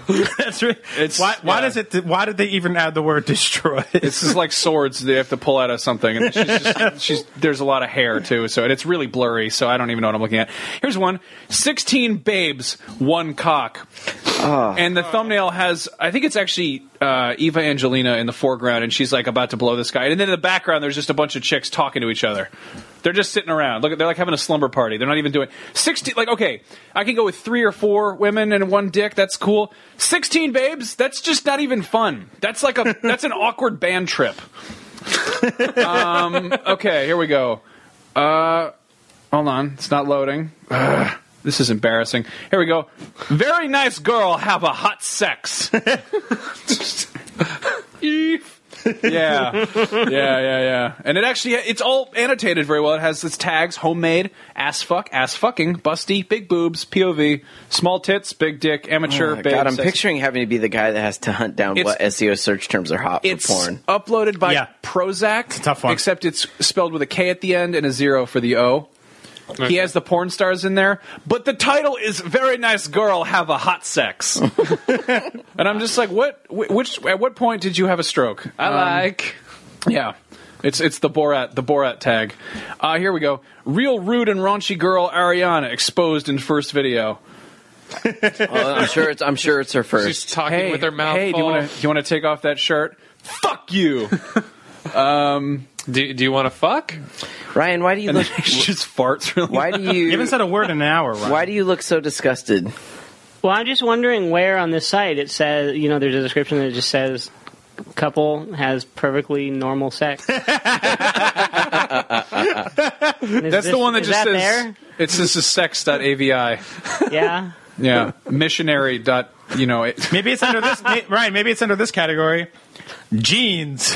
Speaker 3: That's right.
Speaker 2: It's-
Speaker 3: why, why
Speaker 2: yeah.
Speaker 3: does it? Why did they even add the word destroy?
Speaker 2: It's just like swords they have to pull out of something. And she's just, she's, there's a lot of hair, too. So and it's really blurry. So I don't even know what I'm looking at. Here's one 16 babes, one cock. And the thumbnail has, I think it's actually uh, Eva Angelina in the foreground, and she's like about to blow this guy. And then in the background, there's just a bunch of chicks talking to each other. They're just sitting around. Look, they're like having a slumber party. They're not even doing sixteen. Like, okay, I can go with three or four women and one dick. That's cool. Sixteen babes. That's just not even fun. That's like a that's an awkward band trip. um, okay, here we go. Uh, hold on, it's not loading. Ugh, this is embarrassing. Here we go. Very nice girl. Have a hot sex. Eef. yeah, yeah, yeah, yeah. And it actually it's all annotated very well. It has its tags: homemade, ass fuck, ass fucking, busty, big boobs, POV, small tits, big dick, amateur.
Speaker 1: Oh my
Speaker 2: babe,
Speaker 1: God, I'm
Speaker 2: sexy.
Speaker 1: picturing having to be the guy that has to hunt down
Speaker 2: It's-
Speaker 1: what SEO search terms are hot
Speaker 2: It's
Speaker 1: for porn.
Speaker 2: uploaded by
Speaker 3: Yeah.
Speaker 2: Prozac.
Speaker 3: a tough one.
Speaker 2: Except it's spelled with a K at the end and a zero for the O. He has the porn stars in there, but the title is "Very Nice Girl Have a Hot Sex," and I'm just like, "What? wh- Which? At what point did you have a stroke?"
Speaker 4: I
Speaker 2: Um,
Speaker 4: like.
Speaker 2: yeah. It's it's the Borat the Borat tag. Uh, here we go. Real rude and raunchy girl Ariana exposed in first video.
Speaker 1: Well, I'm sure it's I'm sure it's her
Speaker 4: She's
Speaker 1: first.
Speaker 4: talking with her mouth
Speaker 2: hey, do you
Speaker 4: full.
Speaker 2: want to you want to take off that shirt? Fuck you!
Speaker 4: do, do you want to fuck?
Speaker 1: Ryan, why do you
Speaker 2: And then
Speaker 1: look?
Speaker 2: she just farts really.
Speaker 1: Why do
Speaker 3: you
Speaker 1: you?
Speaker 3: haven't said a word in an hour. Ryan.
Speaker 1: Why do you look so disgusted?
Speaker 5: Well, I'm just wondering where on this site it says, you know, there's a description that just says couple has perfectly normal sex.
Speaker 2: That's the one that just
Speaker 5: that
Speaker 2: says
Speaker 5: there?
Speaker 2: it says is sex.avi.
Speaker 5: Yeah.
Speaker 2: Yeah, missionary. Dot, you know it.
Speaker 3: Maybe it's under this may- Ryan. Maybe it's under this category. Jeans.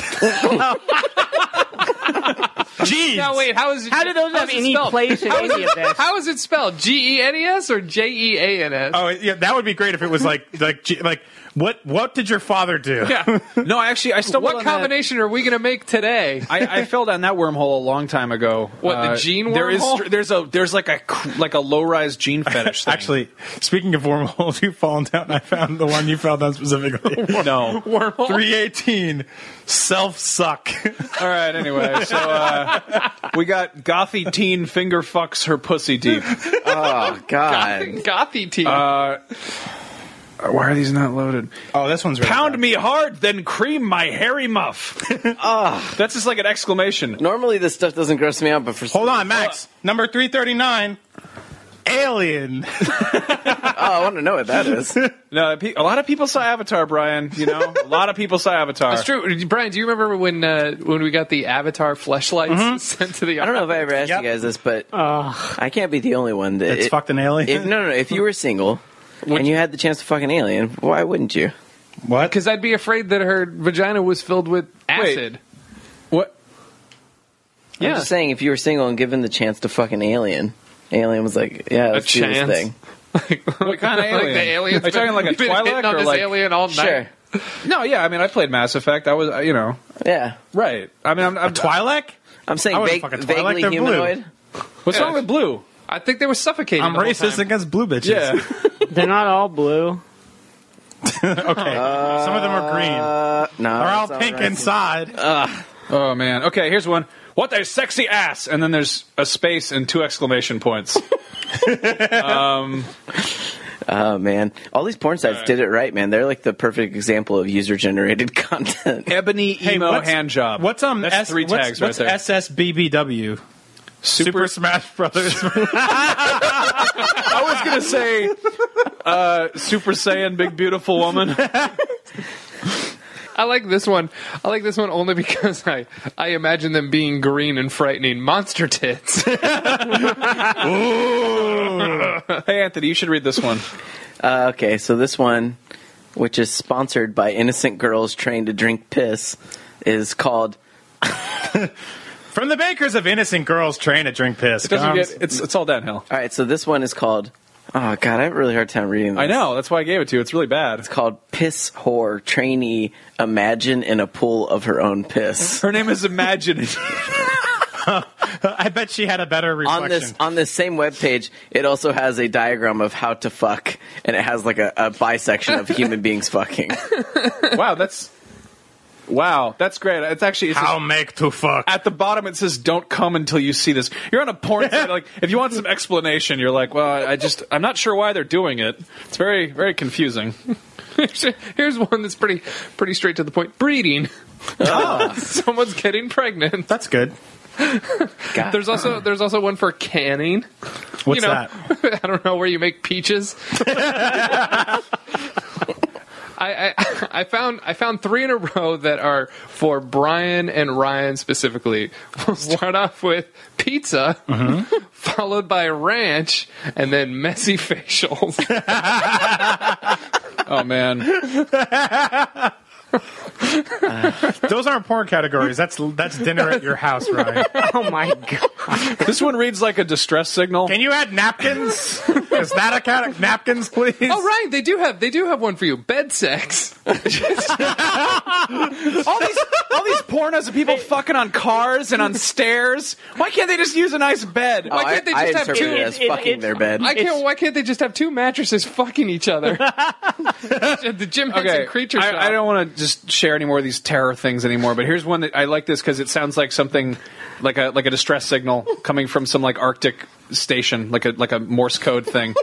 Speaker 3: Jeans.
Speaker 4: Now wait, how is it?
Speaker 5: How do those
Speaker 4: how
Speaker 5: have
Speaker 4: is it
Speaker 5: any
Speaker 4: spelled?
Speaker 5: place in
Speaker 4: How is
Speaker 5: any
Speaker 4: it-
Speaker 5: of this?
Speaker 4: How is it spelled? G E N E S or J E A N
Speaker 2: Uh,
Speaker 4: S?
Speaker 3: Oh yeah, that would be great if it was like like je- like what what did your father do?
Speaker 2: Yeah. No, I actually I stumbled.
Speaker 4: What
Speaker 2: on that-
Speaker 4: combination are we going to make today?
Speaker 2: I, I fell down that wormhole a long time ago. Uh,
Speaker 4: What, the gene
Speaker 2: There is
Speaker 4: wormhole?
Speaker 2: there's a there's like a cr- like a low rise gene fetish. Thing.
Speaker 3: Actually, speaking of wormholes, you've fallen down. I found the one you fell down specifically.
Speaker 2: no.
Speaker 4: Wormhole.
Speaker 3: 318 self suck.
Speaker 2: All right. Anyway, so uh, we got gothy teen finger fucks her pussy deep.
Speaker 1: Oh
Speaker 2: E
Speaker 1: God!
Speaker 4: Gothy tea.
Speaker 2: Uh, Why are these not loaded?
Speaker 3: Oh, this one's really
Speaker 2: Pound me hard, then cream my hairy muff. That's just like an exclamation.
Speaker 1: Normally this stuff doesn't gross me out, but for
Speaker 3: Hold on, Max. Number 339 Alien.
Speaker 1: oh, I want to know what that is.
Speaker 2: No, pe- a lot of people saw Avatar, Brian. You know, a lot of people saw Avatar.
Speaker 4: That's true. Brian, do you remember when uh, when we got the Avatar fleshlights
Speaker 2: Mm-hmm.
Speaker 4: sent to the
Speaker 1: I don't know if I ever asked
Speaker 3: Yep.
Speaker 1: you guys this, but
Speaker 5: Ugh.
Speaker 1: I can't be the only one that
Speaker 3: It's
Speaker 1: it-
Speaker 3: fucked an alien.
Speaker 1: If, no, no, no. If you were single and you had the chance to fuck an alien, why wouldn't you?
Speaker 3: What?
Speaker 4: Because I'd be afraid that her vagina was filled with acid.
Speaker 2: What?
Speaker 1: I'm
Speaker 4: yeah.
Speaker 1: just saying, if you were single and given the chance to fuck an alien, alien was like, yeah, let's do this
Speaker 4: chance?
Speaker 1: thing.
Speaker 2: What kind of alien?
Speaker 4: Like the aliens.
Speaker 2: Are you talking like a
Speaker 4: been hitting
Speaker 2: Twi'lek
Speaker 4: on
Speaker 2: or
Speaker 4: this
Speaker 2: like?
Speaker 4: alien all night.
Speaker 1: Sure.
Speaker 2: No, yeah. I mean, I played Mass Effect. I was, uh, you know,
Speaker 1: Yeah.
Speaker 2: right. I mean, I'm, I'm
Speaker 3: Twi'lek?
Speaker 1: I'm
Speaker 3: I
Speaker 1: saying vague,
Speaker 3: wouldn't fuck a Twi'lek,
Speaker 1: vaguely
Speaker 3: they're blue.
Speaker 1: humanoid.
Speaker 2: What's wrong with blue?
Speaker 4: I think they were suffocating.
Speaker 3: I'm
Speaker 4: the whole
Speaker 3: racist
Speaker 4: time.
Speaker 3: against blue bitches.
Speaker 2: Yeah.
Speaker 5: They're not all blue.
Speaker 3: okay. Some of them are green.
Speaker 1: Uh, no.
Speaker 3: They're all
Speaker 1: that's not
Speaker 3: pink
Speaker 1: right.
Speaker 3: inside.
Speaker 2: oh man. Okay. Here's one. What a sexy ass, and then there's a space and two exclamation points.
Speaker 1: Oh man, all these porn sites did it right, man. They're like the perfect example of user-generated content.
Speaker 2: Ebony emo
Speaker 3: what's-
Speaker 2: hand job.
Speaker 3: What's um
Speaker 2: That's
Speaker 3: S-
Speaker 2: three
Speaker 3: what's,
Speaker 2: tags
Speaker 3: what's
Speaker 2: right there.
Speaker 3: SSBBW? Super, Smash Brothers.
Speaker 2: I was gonna say uh, Super Saiyan, big beautiful woman.
Speaker 4: I like this one. I like this one only because I I imagine them being green and frightening monster tits.
Speaker 2: hey Anthony, you should read this one.
Speaker 1: Uh, okay, so this one, which is sponsored by innocent girls trained to drink piss, is called
Speaker 3: From the bakers of innocent girls trained to drink piss.
Speaker 2: It doesn't
Speaker 3: comes-
Speaker 2: get. It's it's all downhill.
Speaker 1: All right, so this one is called. Oh God, I have a really hard time reading. This.
Speaker 2: I know. That's why I gave it to you. It's really bad.
Speaker 1: It's called "Piss Whore Trainee Imagine in a Pool of Her Own Piss."
Speaker 2: Her name is Imagine.
Speaker 3: I bet she had a better reflection.
Speaker 1: on this on this same webpage, it also has a diagram of how to fuck, and it has like a, a bisection of human beings fucking.
Speaker 2: wow, that's wow, that's great. It's actually it's
Speaker 3: How
Speaker 2: just-
Speaker 3: make to fuck.
Speaker 2: at the bottom it says "Don't come until you see this." You're on a porn site. Like if you want some explanation, you're like, "Well, I just I'm not sure why they're doing it. It's very very confusing."
Speaker 4: Here's one that's pretty pretty straight to the point. Breeding. Someone's getting pregnant.
Speaker 3: That's good.
Speaker 1: God.
Speaker 4: There's also there's also one for canning.
Speaker 3: What's
Speaker 4: you know,
Speaker 3: that?
Speaker 4: I don't know where you make peaches. I, I I found I found three in a row that are for Brian and Ryan specifically. We'll start off with pizza,
Speaker 2: Mm-hmm.
Speaker 4: followed by ranch, and then messy facials.
Speaker 2: Oh man,
Speaker 3: Those aren't porn categories. That's that's dinner at your house, Ryan.
Speaker 5: Oh my god!
Speaker 2: this one reads like a distress signal.
Speaker 3: Can you add napkins? Is that a cat? Napkins, please.
Speaker 4: Oh, right, they do have they do have one for you. Bed sex.
Speaker 2: all these all these pornos of people fucking on cars and on stairs. Why can't they just use a nice bed?
Speaker 1: Oh,
Speaker 2: Why
Speaker 1: I,
Speaker 2: can't they
Speaker 1: I
Speaker 4: just have
Speaker 1: interpret
Speaker 4: two-
Speaker 1: it as
Speaker 5: it- it-
Speaker 1: fucking
Speaker 5: it's-
Speaker 1: their bed.
Speaker 4: I can't.
Speaker 5: It's-
Speaker 4: Why can't they just have two mattresses fucking each other? the Jim Henson creature.
Speaker 2: I,
Speaker 4: shop.
Speaker 2: I don't want to just share any more of these terror things anymore. But here's one that I like this because it sounds like something like a like a distress signal coming from some like Arctic station, like a like a Morse code thing.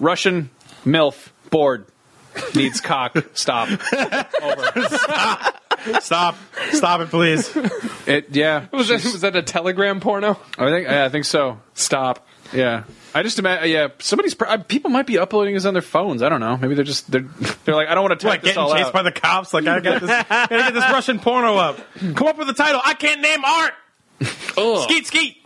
Speaker 2: Russian milf bored needs cock. Stop.
Speaker 3: Stop. Stop it, please.
Speaker 2: It yeah.
Speaker 4: Was that, was that a Telegram porno?
Speaker 2: I think yeah, I think so. Stop. Yeah. I just imagine. Yeah, somebody's pr- uh, people might be uploading this on their phones. I don't know. Maybe they're just they're they're like I don't want to type
Speaker 3: What,
Speaker 2: this
Speaker 3: getting
Speaker 2: all
Speaker 3: chased
Speaker 2: out.
Speaker 3: by the cops? Like, I got this, gotta get this Russian porno up. Come up with a title. I can't name art. Skeet, skeet.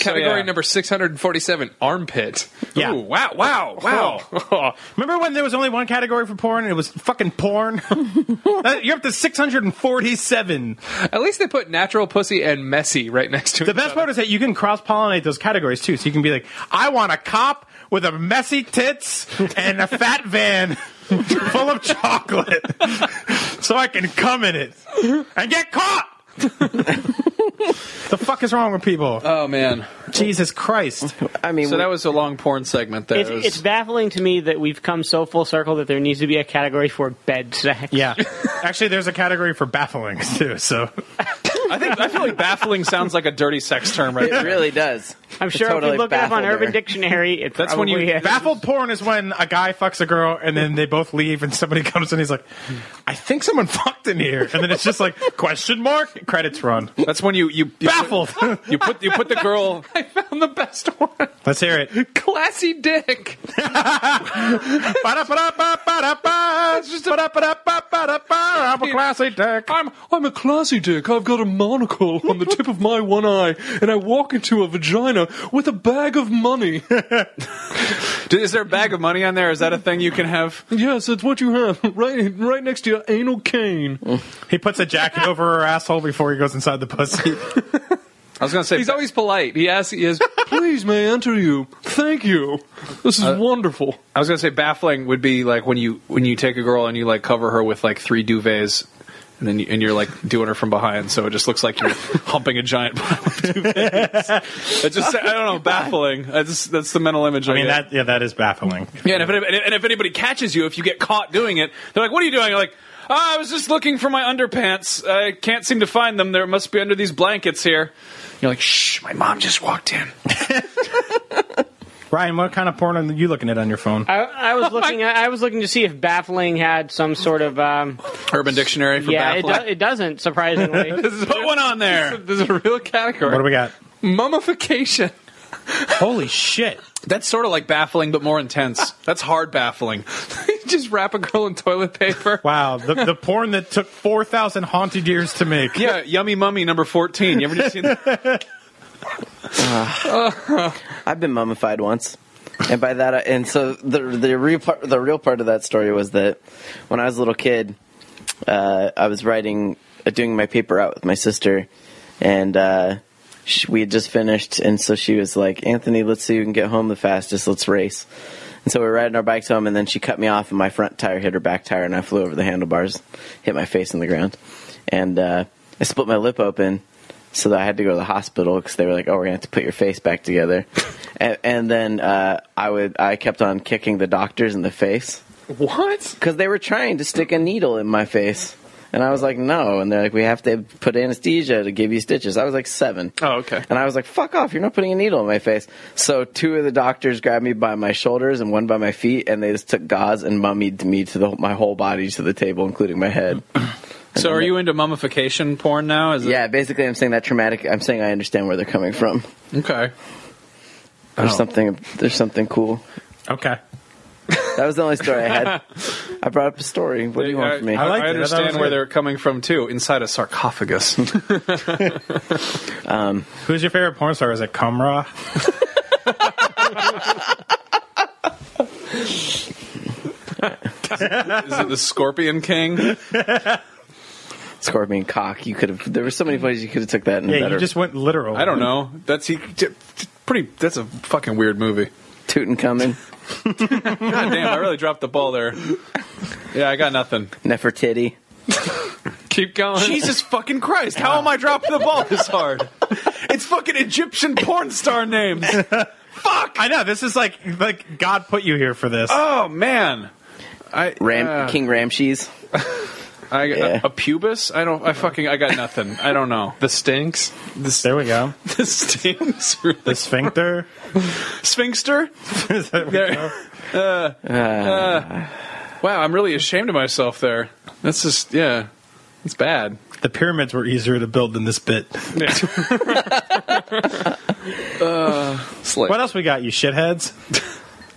Speaker 4: Category
Speaker 2: yeah.
Speaker 4: number six hundred and forty-seven: armpit.
Speaker 3: Yeah.
Speaker 2: Ooh, wow! Wow! Wow!
Speaker 3: Remember when there was only one category for porn and it was fucking porn? That- You're up to 647.
Speaker 4: At least they put natural pussy and messy right next to
Speaker 3: The
Speaker 4: each
Speaker 3: best
Speaker 4: other.
Speaker 3: part is that you can cross pollinate those categories too. So you can be like, I want a cop with a messy tits and a fat van full of chocolate so I can come in it and get caught. the fuck is wrong with people?
Speaker 2: Oh man!
Speaker 3: Jesus Christ.
Speaker 1: I mean,
Speaker 2: So that was a long porn segment. There,
Speaker 5: It's,
Speaker 2: It was-
Speaker 5: it's baffling to me that we've come so full circle that there needs to be a category for bed sex.
Speaker 3: Yeah. Actually, there's a category for baffling too. So
Speaker 2: I think I feel like baffling sounds like a dirty sex term, right?
Speaker 1: it
Speaker 2: there.
Speaker 1: really does.
Speaker 5: I'm
Speaker 1: It
Speaker 5: sure if
Speaker 1: totally
Speaker 5: you look it up on
Speaker 1: baffled
Speaker 5: Urban
Speaker 1: her.
Speaker 5: Dictionary, it
Speaker 2: That's when
Speaker 5: probably
Speaker 2: you-
Speaker 5: is.
Speaker 3: baffled porn is when a guy fucks a girl and then they both leave and somebody comes in. He's like, I think someone fucked in here. And then it's just like question mark credits run.
Speaker 2: That's when you you you
Speaker 3: Baffled.
Speaker 2: Put, you put you put the girl.
Speaker 4: I found the best one.
Speaker 3: Let's hear it.
Speaker 4: Classy dick.
Speaker 3: It's just I'm a classy dick.
Speaker 6: I'm I'm a classy dick. I've got a monocle on the tip of my one eye, and I walk into a vagina with a bag of money.
Speaker 2: Is there a bag of money on there? Is that a thing you can have?
Speaker 6: yes, that's what you have right right next to your anal cane.
Speaker 3: He puts a jacket over her asshole before he goes inside the pussy.
Speaker 2: I was gonna say
Speaker 4: He's always polite. He asks. He is.
Speaker 6: Please may I enter you. Thank you. This is
Speaker 4: Uh,
Speaker 6: wonderful.
Speaker 2: I was gonna say baffling would be like when you when you take a girl and you like cover her with like three duvets. And then you, and you're like doing her from behind, so it just looks like you're humping a giant pile of duvets. It just I don't know, baffling. I just, that's the mental image. I,
Speaker 3: I mean,
Speaker 2: get.
Speaker 3: that yeah, that is baffling.
Speaker 2: Yeah, and if, and if- and if anybody catches you, if you get caught doing it, they're like, "What are you doing?" You're like, oh, "I was just looking for my underpants. I can't seem to find them. There must be under these blankets here." You're like, "Shh, my mom just walked in."
Speaker 3: Ryan, what kind of porn are you looking at on your phone?
Speaker 5: I, I
Speaker 2: Oh
Speaker 5: was looking. I was looking to see if baffling had some sort of. Um,
Speaker 2: Urban Dictionary for
Speaker 5: yeah, it,
Speaker 2: baffling.
Speaker 5: do, it doesn't surprisingly.
Speaker 2: Put one on there.
Speaker 4: There's a real category.
Speaker 3: What do we got?
Speaker 4: Mummification.
Speaker 3: Holy shit!
Speaker 2: That's sort of like baffling, but more intense. That's hard baffling.
Speaker 4: Just wrap a girl in toilet paper.
Speaker 3: Wow, the, the porn that took four thousand haunted years to make.
Speaker 2: Yeah, yummy mummy number fourteen. You ever just seen that?
Speaker 1: I've been mummified once, and by that, I, and so the the real part, the real part of that story was that when I was a little kid, uh, I was writing doing my paper out with my sister, and uh, sh we had just finished, and so she was like, "Anthony, let's see who can get home the fastest. Let's race." And so we were riding our bikes home, and then she cut me off, and my front tire hit her back tire, and I flew over the handlebars, hit my face in the ground, and uh, I split my lip open. So that I had to go to the hospital because they were like, "Oh, we're gonna have to put your face back together," and, and then uh, I would I kept on kicking the doctors in the face
Speaker 4: What?
Speaker 1: because they were trying to stick a needle in my face. And I was like, no. And they're like, we have to put anesthesia to give you stitches. I was like seven.
Speaker 4: Oh, okay.
Speaker 1: And I was like, fuck off. You're not putting a needle in my face. So two of the doctors grabbed me by my shoulders and one by my feet. And they just took gauze and mummied me to the, my whole body to the table, including my head.
Speaker 2: So are you into mummification porn now? Is it-
Speaker 1: yeah, basically, I'm saying that traumatic. I'm saying I understand where they're coming from.
Speaker 2: Okay.
Speaker 1: There's
Speaker 3: Oh.
Speaker 1: something. There's something cool.
Speaker 3: Okay.
Speaker 1: That was the only story I had. I brought up a story. What do you want from me?
Speaker 2: I,
Speaker 3: I liked
Speaker 2: I
Speaker 3: it. I thought it was
Speaker 2: understand where
Speaker 3: good.
Speaker 2: they're coming from too. Inside a sarcophagus.
Speaker 3: Who's your favorite porn star? Is it Kamra?
Speaker 2: Is it the Scorpion King?
Speaker 1: Scorpion cock. You could have. There were so many places you could have took that. In a
Speaker 3: Yeah,
Speaker 1: better.
Speaker 3: you just went literal.
Speaker 2: I don't know. That's he. t- t- Pretty. That's a fucking weird movie.
Speaker 1: Tutankhamun,
Speaker 2: God damn! I really dropped the ball there. Yeah, I got nothing.
Speaker 1: Nefertiti.
Speaker 4: Keep going.
Speaker 2: Jesus fucking Christ! How am I dropping the ball this hard? It's fucking Egyptian porn star names. Fuck!
Speaker 3: I know. This is like like God put you here for this.
Speaker 2: Oh man. I
Speaker 1: Ram,
Speaker 2: uh,
Speaker 1: King Ramses.
Speaker 2: I, uh,
Speaker 1: Yeah.
Speaker 2: a, a pubis? I don't. I fucking. I got nothing. I don't know.
Speaker 4: The stinks.
Speaker 2: This,
Speaker 3: There we go.
Speaker 2: this stings. Really.
Speaker 3: The sphincter.
Speaker 2: sphincter.
Speaker 3: Is that what
Speaker 2: There- Uh,
Speaker 3: you know?
Speaker 2: Wow, I'm really ashamed of myself there. That's just yeah. It's bad.
Speaker 3: The pyramids were easier to build than this bit.
Speaker 1: Slick.
Speaker 3: What else we got, you shitheads?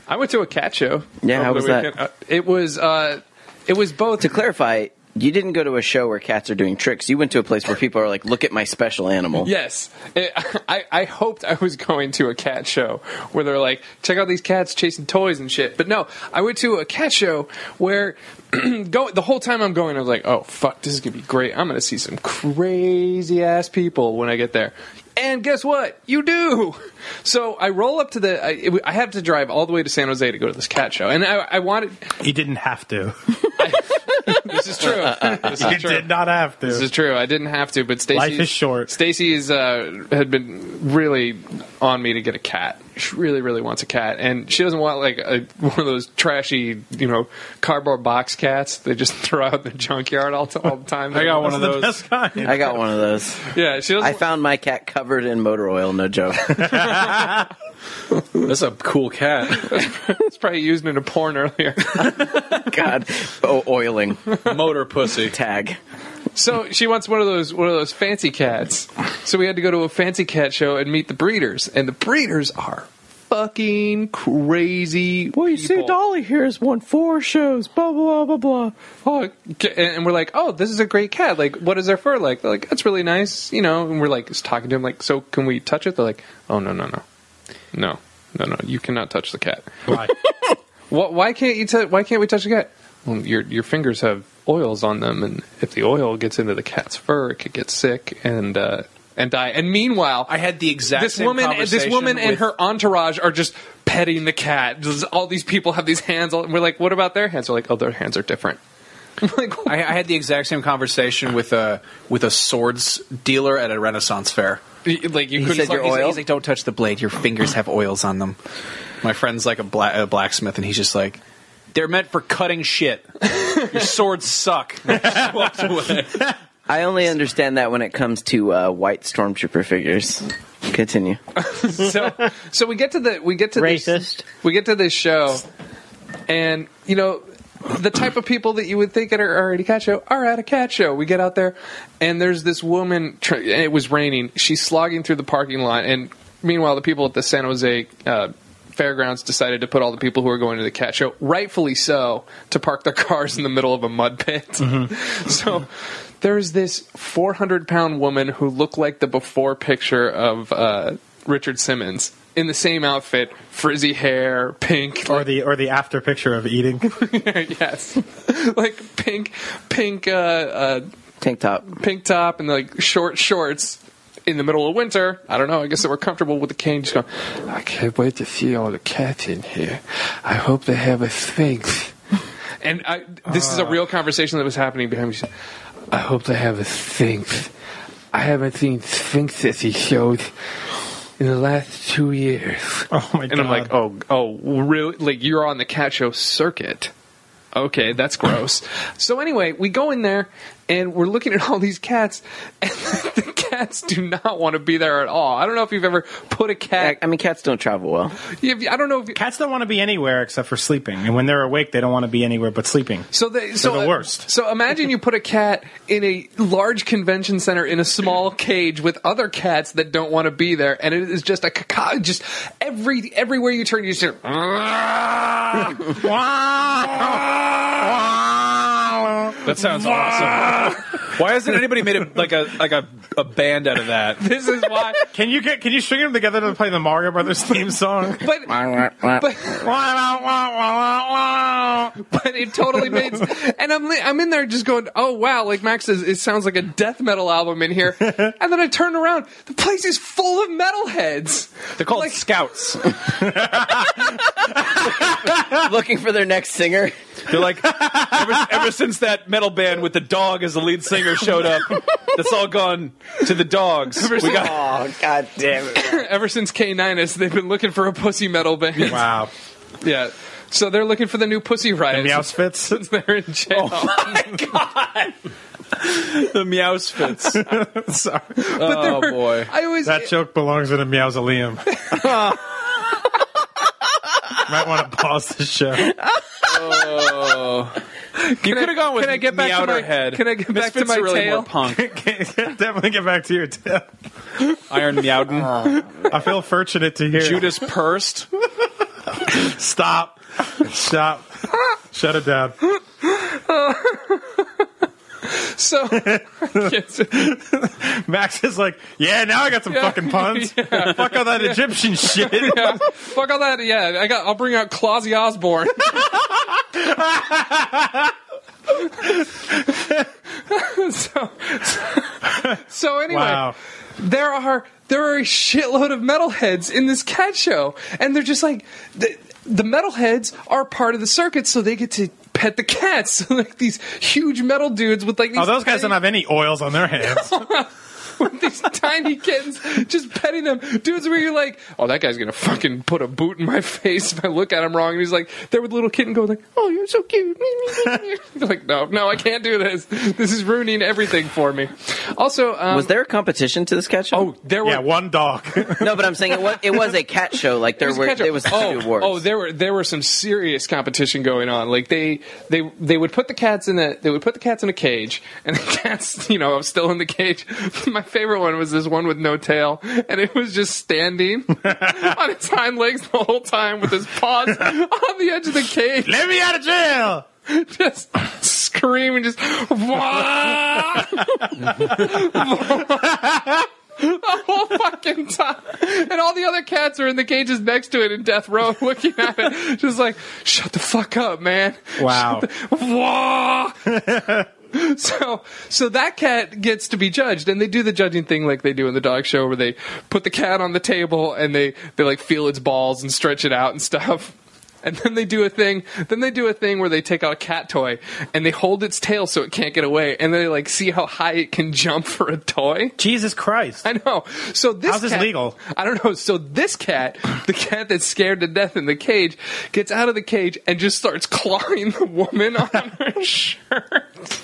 Speaker 4: I went to a cat show.
Speaker 1: Yeah, how
Speaker 4: over
Speaker 1: was
Speaker 4: the
Speaker 1: that?
Speaker 4: weekend. Uh, It was. Uh, it was both.
Speaker 1: To clarify, you didn't go to a show where cats are doing tricks. You went to a place where people are like, "Look at my special animal."
Speaker 4: Yes, It- I, I hoped I was going to a cat show where they're like, check out these cats chasing toys and shit. But no, I went to a cat show where go the whole time I'm going, I was like, oh fuck, this is gonna be great. I'm gonna see some crazy ass people when I get there. And guess what? You do. So I roll up to the. I, it, I had to drive all the way to San Jose to go to this cat show, and I, I wanted.
Speaker 3: You didn't have to.
Speaker 4: This is true.
Speaker 1: Uh,
Speaker 4: This
Speaker 3: You
Speaker 4: is true.
Speaker 3: did not have to.
Speaker 4: This is true. I didn't have to, but Stacy
Speaker 3: Life is short.
Speaker 4: Stacy is uh, had been really on me to get a cat. She really, really wants a cat, and she doesn't want like a, one of those trashy, you know, cardboard box cats they just throw out in the junkyard all, all the time. I
Speaker 2: got one of
Speaker 3: the
Speaker 2: those.
Speaker 3: best kind.
Speaker 1: I got one of those.
Speaker 4: Yeah, she doesn't.
Speaker 1: I found my cat covered in motor oil. No joke.
Speaker 2: That's a cool cat.
Speaker 4: it's probably used in a porn earlier.
Speaker 1: God, oh, oiling
Speaker 2: Motor pussy.
Speaker 1: tag.
Speaker 4: So she wants one of those one of those fancy cats. So we had to go to a fancy cat show and meet the breeders, and the breeders are fucking crazy. Well, you see, Dolly here's won four shows. Blah blah blah blah. Oh, and we're like, oh, this is a great cat. Like, what is their fur like? They're like, that's really nice, you know. And we're like, just talking to him, like, so can we touch it? They're like, oh no no no, no no no, you cannot touch the cat.
Speaker 3: Why?
Speaker 4: Wh- why can't you? T- why can't we touch the cat? Well, your your fingers have oils on them, and if the oil gets into the cat's fur, it could get sick and uh, and die. And meanwhile,
Speaker 2: I had the exact
Speaker 4: this
Speaker 2: same
Speaker 4: woman, this
Speaker 2: conversation
Speaker 4: woman and
Speaker 2: with-
Speaker 4: her entourage are just petting the cat. Just- All these people have these hands, all- and we're like, what about their hands? We're like, oh, their hands are different. I'm like,
Speaker 2: I, I had the exact same conversation with a with a swords dealer at a Renaissance fair.
Speaker 4: like you
Speaker 1: He
Speaker 4: couldn't.
Speaker 1: said
Speaker 2: He's like-
Speaker 1: your
Speaker 2: he's like-
Speaker 1: oil?
Speaker 2: He's like, don't touch the blade. Your fingers have oils on them. My friend's like a, bla- a blacksmith, and he's just like, they're meant for cutting shit. Your swords suck. Just walked away.
Speaker 1: I only understand that when it comes to uh, white stormtrooper figures. Continue.
Speaker 4: so so we get to the we get to this,
Speaker 5: Racist.
Speaker 4: we get to this show and you know the type of people that you would think that are at a cat show are at a cat show. We get out there, and there's this woman. tr- And it was raining. She's slogging through the parking lot, and meanwhile, the people at the San Jose uh, fairgrounds decided to put all the people who are going to the cat show, rightfully so, to park their cars in the middle of a mud pit. so there's this 400 pound woman who looked like the before picture of uh, Richard Simmons in the same outfit, frizzy hair, pink,
Speaker 3: or the or the after picture of eating.
Speaker 4: yes, like pink, pink, uh, uh,
Speaker 1: Tank top.
Speaker 4: pink top and like short shorts in the middle of winter. I don't know. I guess they were comfortable with the cane. Just going, I can't wait to see all the cats in here. I hope they have a sphinx. and I, this is a real conversation that was happening behind me. She said, I hope they have a sphinx. I haven't seen sphinx as he showed in the last two years.
Speaker 3: Oh my
Speaker 4: And I'm like, oh, oh, really? Like you're on the cat show circuit. Okay, that's gross. so anyway, we go in there and we're looking at all these cats, and the cats do not want to be there at all. I don't know if you've ever put a
Speaker 1: I,
Speaker 4: cat.
Speaker 1: I mean, cats don't travel well.
Speaker 4: if- I don't know if you,
Speaker 3: Cats don't want to be anywhere except for sleeping, and when they're awake, they don't want to be anywhere but sleeping.
Speaker 4: so. They, so
Speaker 3: the
Speaker 4: uh,
Speaker 3: worst.
Speaker 4: So imagine you put a cat in a large convention center in a small cage with other cats that don't want to be there, and it is just a caca. Just every everywhere you turn, you just hear.
Speaker 3: that sounds awesome.
Speaker 2: Why hasn't anybody made a, like a like a, a band out of that?
Speaker 4: This is why.
Speaker 3: Can you get? Can you string them together to play the Mario Brothers theme song?
Speaker 4: But but
Speaker 3: That's
Speaker 4: but it totally made. And I'm li- I'm in there just going, oh wow, like Max says, it sounds like a death metal album in here. And then I turn around, the place is full of metalheads.
Speaker 2: They're called
Speaker 4: Like-
Speaker 2: scouts.
Speaker 1: Looking for their next singer.
Speaker 2: They're like ever, ever since that metal band with the dog as the lead singer showed up, that's all gone to the dogs. We got
Speaker 1: Oh god damn it!
Speaker 4: Ever since K9is, they've been looking for a pussy metal band.
Speaker 3: wow.
Speaker 4: Yeah. So they're looking for the new Pussy Riot.
Speaker 3: Meows fits.
Speaker 4: since they're in jail.
Speaker 2: Oh, the meows fits.
Speaker 3: Sorry,
Speaker 4: But there
Speaker 2: Oh,
Speaker 4: were-
Speaker 2: boy.
Speaker 4: I always
Speaker 3: that joke belongs in a Meowsolium. Might want to pause the show.
Speaker 2: You could have gone with
Speaker 4: can I get back to
Speaker 2: meowed
Speaker 4: my
Speaker 2: her head.
Speaker 4: Can I get back to
Speaker 2: Misfits
Speaker 4: my
Speaker 2: are really
Speaker 4: tail?
Speaker 2: more punk.
Speaker 3: Definitely get back to your tip.
Speaker 2: Iron Meowden.
Speaker 3: I feel fortunate to hear.
Speaker 2: Judas Pursed.
Speaker 3: stop, stop, shut it down.
Speaker 4: So
Speaker 3: Max is like, yeah, now I got some fucking puns. Fuck all that Egyptian shit.
Speaker 4: fuck all that. Yeah, I got. I'll bring out Clausy Osborne. so, so anyway,
Speaker 3: Wow. Oh,
Speaker 4: there are there are a shitload of metalheads in this cat show, and they're just like the, the metalheads are part of the circuit, so they get to pet the cats. So like these huge metal dudes with like these
Speaker 3: Oh, those guys
Speaker 4: tiny-
Speaker 3: don't have any oils on their hands.
Speaker 4: with these tiny kittens just petting them. Dudes where you're like, oh, that guy's going to fucking put a boot in my face if I look at him wrong. And he's like, there with the little kitten going like, oh, you're so cute. You're like, no, no, I can't do this. This is ruining everything for me. Also, um,
Speaker 1: Was there a competition to this cat show?
Speaker 4: Oh, there were
Speaker 3: Yeah, one dog.
Speaker 1: no, but I'm saying it was, it was a cat show. Like there
Speaker 4: It
Speaker 1: were
Speaker 4: a catch-up.
Speaker 1: there was two
Speaker 4: oh,
Speaker 1: awards.
Speaker 4: Oh, there were there were some serious competition going on. Like they they they would put the cats in a they would put the cats in a cage, and the cats you know I'm still in the cage. My favorite one was this one with no tail, and it was just standing on its hind legs the whole time with its paws on the edge of the cage,
Speaker 3: Let me out of jail.
Speaker 4: just screaming, just. "Wah!" the whole fucking time. And all the other cats are in the cages next to it in death row looking at it, just like, shut the fuck up, man.
Speaker 3: Wow.
Speaker 4: Wah! so so that cat gets to be judged and they do the judging thing like they do in the dog show where they put the cat on the table and they they like feel its balls and stretch it out and stuff and then they do a thing then they do a thing where they take out a cat toy and they hold its tail so it can't get away and they like see how high it can jump for a toy
Speaker 3: Jesus Christ.
Speaker 4: I know. So this
Speaker 3: How's this
Speaker 4: cat-
Speaker 3: legal?
Speaker 4: I don't know. So this cat, the cat that's scared to death in the cage, gets out of the cage and just starts clawing the woman on her shirt.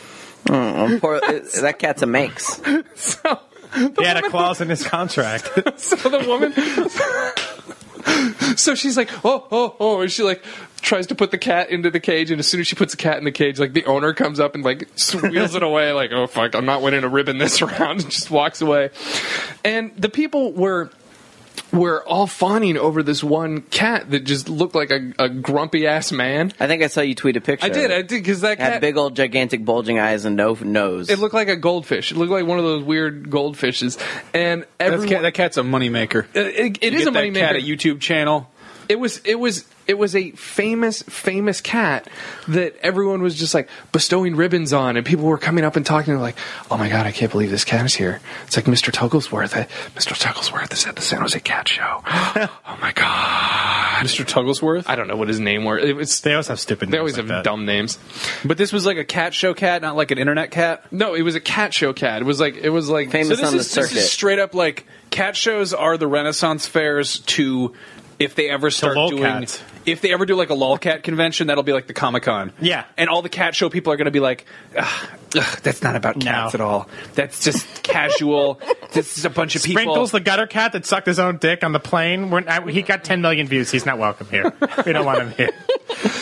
Speaker 1: Oh, poor- it- that cat's a manx.
Speaker 4: So
Speaker 3: He had a clause in his contract.
Speaker 4: so the woman so she's like oh oh oh and she like tries to put the cat into the cage and as soon as she puts the cat in the cage like the owner comes up and like wheels it away like oh fuck i'm not winning a ribbon this round and just walks away and the people were were all fawning over this one cat that just looked like a, a grumpy ass man
Speaker 1: I think I saw you tweet a picture.
Speaker 4: i did i
Speaker 1: It
Speaker 4: did because that cat
Speaker 1: had big old gigantic bulging eyes and no nose.
Speaker 4: it looked like a goldfish it looked like one of those weird goldfishes and
Speaker 2: That's
Speaker 4: everyone,
Speaker 2: cat, that cat's a moneymaker.
Speaker 4: it, it
Speaker 2: You
Speaker 4: is
Speaker 2: get
Speaker 4: a moneymaker
Speaker 2: that cat a YouTube channel.
Speaker 4: it was it was it was a famous famous cat that everyone was just like bestowing ribbons on, and people were coming up and talking. They're like, "Oh my god, I can't believe this cat is here!" It's like Mr. Tugglesworth. eh, Mr. Tugglesworth is at the San Jose Cat Show. oh my god!
Speaker 2: Mr. Tugglesworth.
Speaker 4: I don't know what his name was. It was
Speaker 3: They always have stupid.
Speaker 4: they
Speaker 3: names
Speaker 4: always
Speaker 3: like
Speaker 4: have
Speaker 3: that.
Speaker 4: dumb names.
Speaker 2: But this was like a cat show cat, not like an internet cat.
Speaker 4: No, it was a cat show cat. It was like it was like
Speaker 2: So
Speaker 1: Famous
Speaker 2: this
Speaker 1: on the
Speaker 2: is, this
Speaker 1: circuit.
Speaker 2: is straight up like cat shows are the Renaissance fairs to if they ever start doing
Speaker 3: lolcats.
Speaker 2: if they ever do like a lolcat convention, that'll be like the Comic Con.
Speaker 3: Yeah.
Speaker 2: and all the cat show people are going to be like, ugh, ugh, that's not about
Speaker 3: No.
Speaker 2: cats at all. That's just casual. This is a bunch of people.
Speaker 3: Sprinkles, the gutter cat that sucked his own dick on the plane. We're, I, he got 10 million views. He's not welcome here. We don't want him here.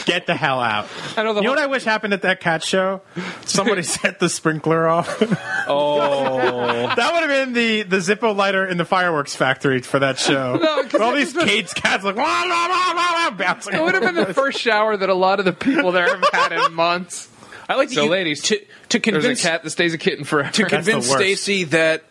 Speaker 3: Get the hell out.
Speaker 4: I know the
Speaker 3: you know
Speaker 4: whole-
Speaker 3: what I wish happened at that cat show? Somebody set the sprinkler off.
Speaker 2: oh,
Speaker 3: that would have been the, the Zippo lighter in the fireworks factory for that show.
Speaker 4: No, 'cause
Speaker 3: all
Speaker 4: that
Speaker 3: these
Speaker 4: was-
Speaker 3: caged cats like, wah, wah, wah, wah, wah, bouncing.
Speaker 4: It would have been the first shower that a lot of the people there have had in months.
Speaker 2: I like to
Speaker 4: So,
Speaker 2: you-
Speaker 4: ladies,
Speaker 2: to to
Speaker 4: There's a
Speaker 2: convince
Speaker 4: cat that stays a kitten forever.
Speaker 2: to
Speaker 3: the
Speaker 2: convince
Speaker 3: worst.
Speaker 2: Stacy that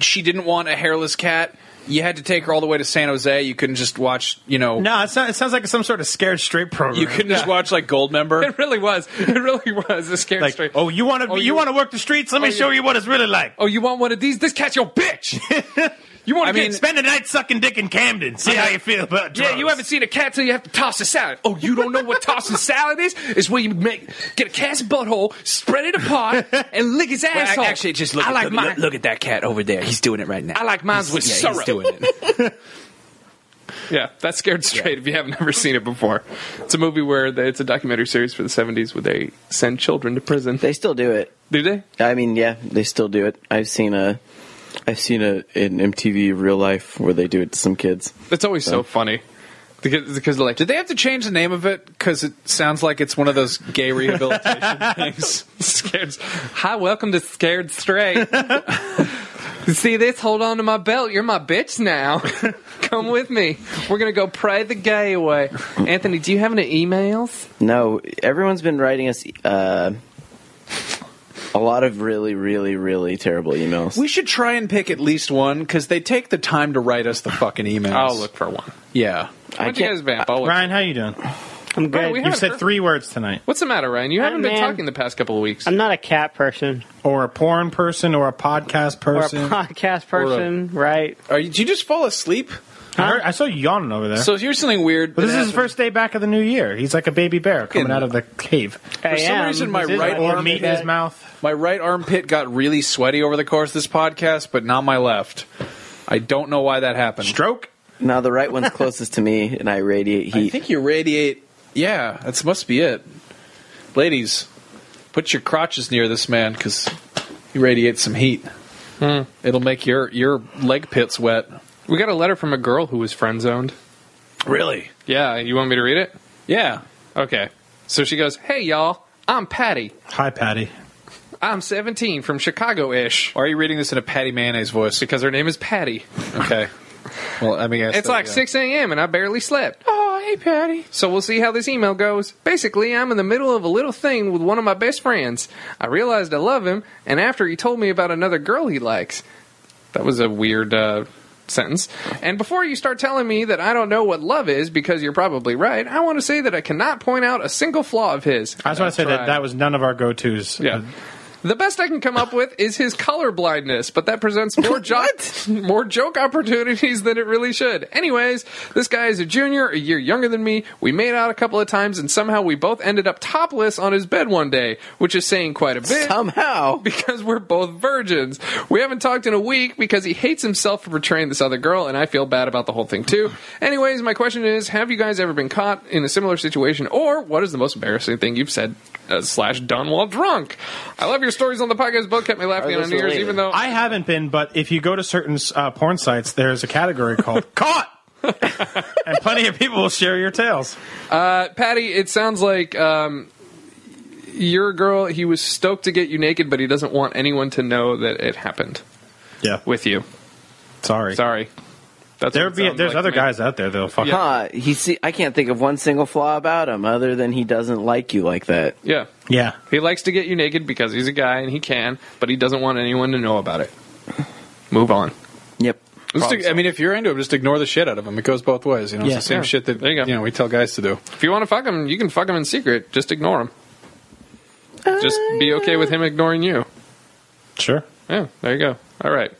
Speaker 2: she didn't want a hairless cat. You had to take her all the way to San Jose. You couldn't just watch, you know,
Speaker 3: No, it, sound, it sounds like some sort of scared straight program.
Speaker 2: you couldn't just watch like Gold Member.
Speaker 4: It really was. It really was. A scared
Speaker 3: like,
Speaker 4: straight.
Speaker 3: oh, you want to
Speaker 4: Oh,
Speaker 3: you,
Speaker 4: you-
Speaker 3: want to work the streets? Let me
Speaker 4: you-
Speaker 3: show you what it's really like.
Speaker 4: Oh, you want one of these? This cat's your bitch. You want
Speaker 2: I
Speaker 4: to
Speaker 2: mean-
Speaker 4: get?
Speaker 3: Spend a night sucking dick in Camden. See how you feel about drugs.
Speaker 4: yeah, you haven't seen a cat till you have to toss a salad. Oh, you don't know what tossing salad is? It's where you make get a cat's butthole, spread it apart, and lick his
Speaker 2: Well,
Speaker 4: asshole.
Speaker 2: ac- actually, just look,
Speaker 4: I
Speaker 2: at-
Speaker 4: like
Speaker 2: look,
Speaker 4: mine.
Speaker 2: look- look at that cat over there. He's doing it right now.
Speaker 4: I like mine with
Speaker 2: yeah,
Speaker 4: syrup.
Speaker 2: He's doing it.
Speaker 4: Yeah, that's Scared Straight if you haven't ever seen it before. It's a movie where they, it's a documentary series for the 70s where they send children to prison.
Speaker 1: They still do it.
Speaker 4: Do they?
Speaker 1: I mean, yeah, they still do it. I've seen a, I've seen a an MTV real life where they do it to some kids.
Speaker 4: It's always so funny. Because, because like,
Speaker 2: Did they have to change the name of it because it sounds like it's one of those gay rehabilitation things?
Speaker 4: scared. Hi, welcome to Scared Straight. See this? Hold on to my belt. You're my bitch now. Come with me. We're gonna go pray the gay away. Anthony, do you have any emails?
Speaker 1: No, everyone's been writing us uh, a lot of really, really, really terrible emails.
Speaker 2: We should try and pick at least one because they take the time to write us the fucking emails.
Speaker 4: I'll look for one.
Speaker 2: Yeah.
Speaker 1: I
Speaker 4: Why don't you
Speaker 1: can't-
Speaker 4: guys vamp? I'll look.
Speaker 3: Ryan, how you doing?
Speaker 5: I'm good.
Speaker 4: we
Speaker 3: You've
Speaker 4: haven't
Speaker 3: said
Speaker 4: heard-
Speaker 3: three words tonight.
Speaker 4: What's the matter, Ryan? You haven't been
Speaker 5: man.
Speaker 4: talking the past couple of weeks.
Speaker 5: I'm not a cat person
Speaker 3: Or a porn person, or a podcast
Speaker 5: or a
Speaker 3: person.
Speaker 5: podcast person, right?
Speaker 2: Are you, did you just fall asleep?
Speaker 3: I, heard, I saw you yawning over there.
Speaker 2: So here's something weird.
Speaker 3: but this
Speaker 2: that
Speaker 3: is his
Speaker 2: happened.
Speaker 3: first day back of the new year. He's like a baby bear coming
Speaker 2: Fucking-
Speaker 3: out of the cave.
Speaker 5: For
Speaker 2: some reason, my right
Speaker 3: Or
Speaker 2: arm
Speaker 3: meat in his mouth.
Speaker 2: My right armpit got really sweaty over the course of this podcast, but not my left. I don't know why that happened.
Speaker 3: Stroke.
Speaker 1: Now the right one's closest to me, and I radiate
Speaker 2: I
Speaker 1: heat.
Speaker 2: think you radiate. Yeah, that must be it. Ladies, put your crotches near this man because he radiates some heat.
Speaker 3: Hmm.
Speaker 2: It'll make your your leg pits wet.
Speaker 4: We got a letter from a girl who was friend zoned.
Speaker 2: Really?
Speaker 4: Yeah, you want me to read it?
Speaker 2: Yeah.
Speaker 4: Okay. So she goes, Hey, y'all, I'm Patty.
Speaker 3: Hi, Patty.
Speaker 4: I'm 17 from Chicago ish.
Speaker 2: Or are you reading this in a Patty Mayonnaise voice?
Speaker 4: Because her name is Patty.
Speaker 2: Okay. Well, I mean, I guess
Speaker 4: It's
Speaker 2: that-
Speaker 4: like
Speaker 2: yeah.
Speaker 4: 6 a.m. and I barely slept. Oh, hey, Patty. So we'll see how this email goes. Basically, I'm in the middle of a little thing with one of my best friends. I realized I love him, and after he told me about another girl he likes. That was a weird uh, sentence. And before you start telling me that I don't know what love is, because you're probably right, I want to say that I cannot point out a single flaw of his.
Speaker 3: I just want to say that
Speaker 4: tried.
Speaker 3: that was none of our Uh, go tos.
Speaker 4: Yeah. The best I can come up with is his color blindness, but that presents more joke more joke opportunities than it really should. Anyways, this guy is a junior, a year younger than me. We made out a couple of times and somehow we both ended up topless on his bed one day, which is saying quite a bit
Speaker 1: Somehow,
Speaker 4: because we're both virgins. We haven't talked in a week because he hates himself for betraying this other girl, and I feel bad about the whole thing too. Anyways, my question is: Have you guys ever been caught in a similar situation, or what is the most embarrassing thing you've said uh, slash done while drunk? I love your stories on the podcast. Both kept me laughing
Speaker 1: Are
Speaker 4: on
Speaker 1: those
Speaker 4: New Year's,
Speaker 1: related?
Speaker 4: even though
Speaker 3: I haven't been, but if you go to certain uh, porn sites, there's a category called Caught! and plenty of people will share your tales.
Speaker 4: uh, Patty, it sounds like. Um, your girl, he was stoked to get you naked, but he doesn't want anyone to know that it happened
Speaker 3: Yeah.
Speaker 4: with you.
Speaker 3: Sorry.
Speaker 4: Sorry, that's
Speaker 3: There
Speaker 4: what it
Speaker 3: be
Speaker 4: sounds
Speaker 3: there's
Speaker 4: like
Speaker 3: other
Speaker 4: to me.
Speaker 3: guys out there that'll fuck up.
Speaker 1: huh? He see, I can't think of one single flaw about him other than he doesn't like you like that.
Speaker 4: Yeah,
Speaker 3: Yeah.
Speaker 4: He likes to get you naked because he's a guy and he can, but he doesn't want anyone to know about it. Move on.
Speaker 1: Yep.
Speaker 2: Just, I mean, if you're into them, just ignore the shit out of them. It goes both ways. You know,
Speaker 3: Yeah.
Speaker 2: it's the same
Speaker 4: Yeah.
Speaker 2: shit that
Speaker 4: There you
Speaker 2: you,
Speaker 4: go.
Speaker 2: know we tell guys to do.
Speaker 4: If you want to fuck him, you can fuck him in secret. Just ignore him. Just be okay with him ignoring you.
Speaker 3: Sure.
Speaker 4: Yeah, there you go. All right.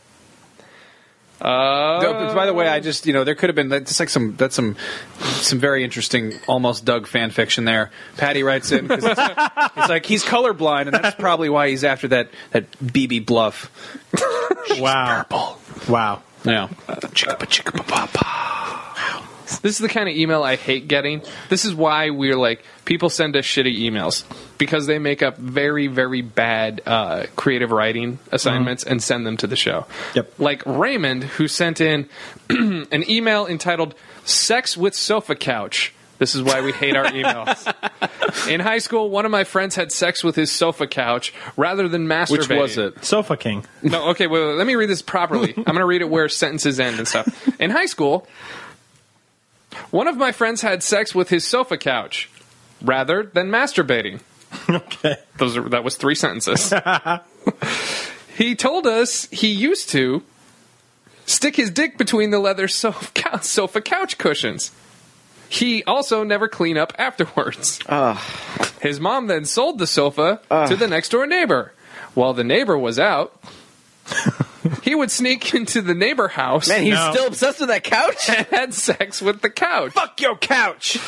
Speaker 4: Uh,
Speaker 2: No, but by the way, I just you know there could have been that's like some that's some some very interesting almost Doug fan fiction there. Patty writes in 'cause it's, it's like he's colorblind and that's probably why he's after that that BB bluff.
Speaker 3: Wow. Wow.
Speaker 2: Yeah,
Speaker 4: This is the kind of email I hate getting. This is why we're like people send us shitty emails because they make up very very bad uh, creative writing
Speaker 2: Mm-hmm.
Speaker 4: assignments and send them to the show.
Speaker 3: Yep.
Speaker 4: Like Raymond who sent in an email entitled "Sex with Sofa Couch." This is why we hate our emails. in high school, one of my friends had sex with his sofa couch rather than masturbating.
Speaker 2: which was it?
Speaker 3: Sofa King.
Speaker 4: No, okay, wait, wait, let me read this properly. I'm going to read it where sentences end and stuff. In high school, one of my friends had sex with his sofa couch rather than masturbating.
Speaker 3: Okay.
Speaker 4: Those are that was three sentences. he told us he used to stick his dick between the leather sofa couch, sofa couch cushions. He also never clean up afterwards. His mom then sold the sofa to the next door neighbor. While the neighbor was out, he would sneak into the neighbor house
Speaker 1: Man, he's
Speaker 3: No.
Speaker 1: still obsessed with that couch.
Speaker 4: and had sex with the couch.
Speaker 2: Fuck your couch.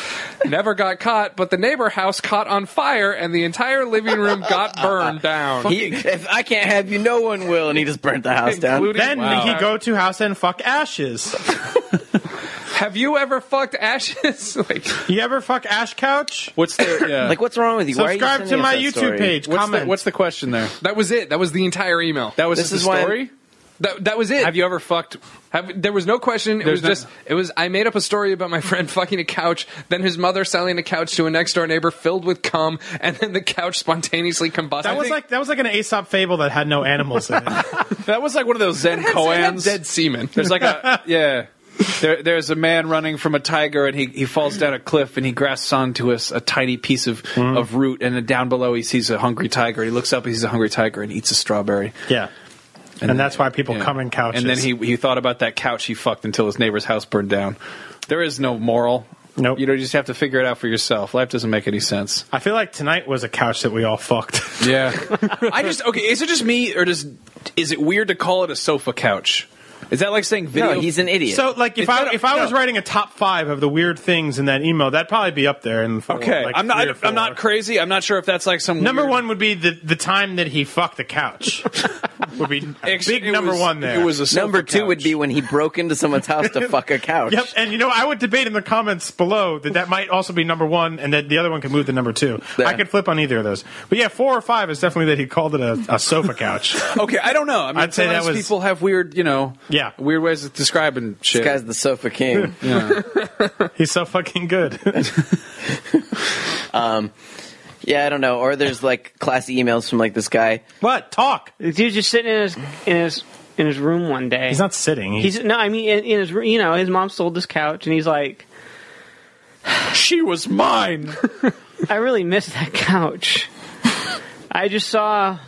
Speaker 4: Never got caught, but the neighbor house caught on fire and the entire living room got burned down.
Speaker 1: He, if I can't have you, no one will. And he just burnt the house down.
Speaker 4: Including-
Speaker 3: Then
Speaker 4: Wow.
Speaker 3: he go to house and fuck ashes.
Speaker 4: Have you ever fucked ashes? like,
Speaker 3: You ever fuck ash couch?
Speaker 2: What's the yeah?
Speaker 1: Like, what's wrong with you? Why are you
Speaker 3: Subscribe to
Speaker 1: sending us
Speaker 3: my
Speaker 1: that
Speaker 3: YouTube
Speaker 1: story?
Speaker 3: page.
Speaker 2: what's the,
Speaker 3: Comment.
Speaker 2: what's the question there?
Speaker 4: that was it. That was the entire email.
Speaker 2: That was
Speaker 1: This
Speaker 2: just
Speaker 1: is
Speaker 2: the
Speaker 1: why-
Speaker 2: story.
Speaker 4: That, that was it.
Speaker 2: Have you ever fucked?
Speaker 4: Have, there was no question. It
Speaker 2: There's
Speaker 4: was
Speaker 2: no-
Speaker 4: just. It was. I made up a story about my friend fucking a couch, then his mother selling a couch to a next door neighbor filled with cum, and then the couch spontaneously combusted.
Speaker 3: that was like that was like an Aesop fable that had no animals in it.
Speaker 2: That was like one of those Zen koans.
Speaker 4: dead semen.
Speaker 2: There's like a yeah. There, there's a man running from a tiger, and he, he falls down a cliff, and he grasps onto a, s- a tiny piece of,
Speaker 3: Mm-hmm.
Speaker 2: of root, and then down below he sees a hungry tiger. He looks up, he sees a hungry tiger, and eats a strawberry.
Speaker 3: Yeah. And, that's why people
Speaker 2: Yeah.
Speaker 3: come in couches.
Speaker 2: And then he he thought about that couch he fucked until his neighbor's house burned down. There is no moral.
Speaker 3: Nope.
Speaker 2: You know, you just have to figure it out for yourself. Life doesn't make any sense.
Speaker 3: I feel like tonight was a couch that we all fucked.
Speaker 2: Yeah. I just okay. Is it just me, or does is it weird to call it a sofa couch? Is that like saying video?
Speaker 1: No, he's an idiot.
Speaker 3: So like if
Speaker 2: It's
Speaker 3: I
Speaker 2: not a-
Speaker 3: if I was
Speaker 2: no.
Speaker 3: writing a top five of the weird things in that email, that'd probably be up there. And
Speaker 2: Okay, I'm not. I'm not
Speaker 3: crazy.
Speaker 2: crazy. I'm not sure if that's like some
Speaker 3: Number
Speaker 2: weird-
Speaker 3: one would be the the time that he fucked the couch. would be
Speaker 2: Ex-
Speaker 3: big
Speaker 2: it
Speaker 3: number
Speaker 2: was-
Speaker 3: one there.
Speaker 2: It was a sofa
Speaker 1: Number two
Speaker 2: couch.
Speaker 1: would be when he broke into someone's house to fuck a couch.
Speaker 3: Yep, and you know I would debate in the comments below that that might also be number one, and that the other one could move to number two.
Speaker 1: Yeah.
Speaker 3: I could flip on either of those, but yeah, four or five is definitely that he called it a, a sofa couch.
Speaker 2: okay. I don't know. I mean,
Speaker 3: I'd say that
Speaker 2: sometimes
Speaker 3: was-
Speaker 2: people have weird, you know,
Speaker 3: Yeah.
Speaker 2: weird ways of describing shit.
Speaker 1: This guy's the sofa king.
Speaker 3: He's so fucking good.
Speaker 1: yeah, I don't know. Or there's like classy emails from like this guy.
Speaker 3: what talk?
Speaker 5: The dude's just sitting in his in his in his room one day.
Speaker 3: He's not sitting. He's,
Speaker 5: He's no, I mean, in, in his you know, his mom sold this couch, and he's like,
Speaker 2: she was mine.
Speaker 5: I really miss that couch. I just saw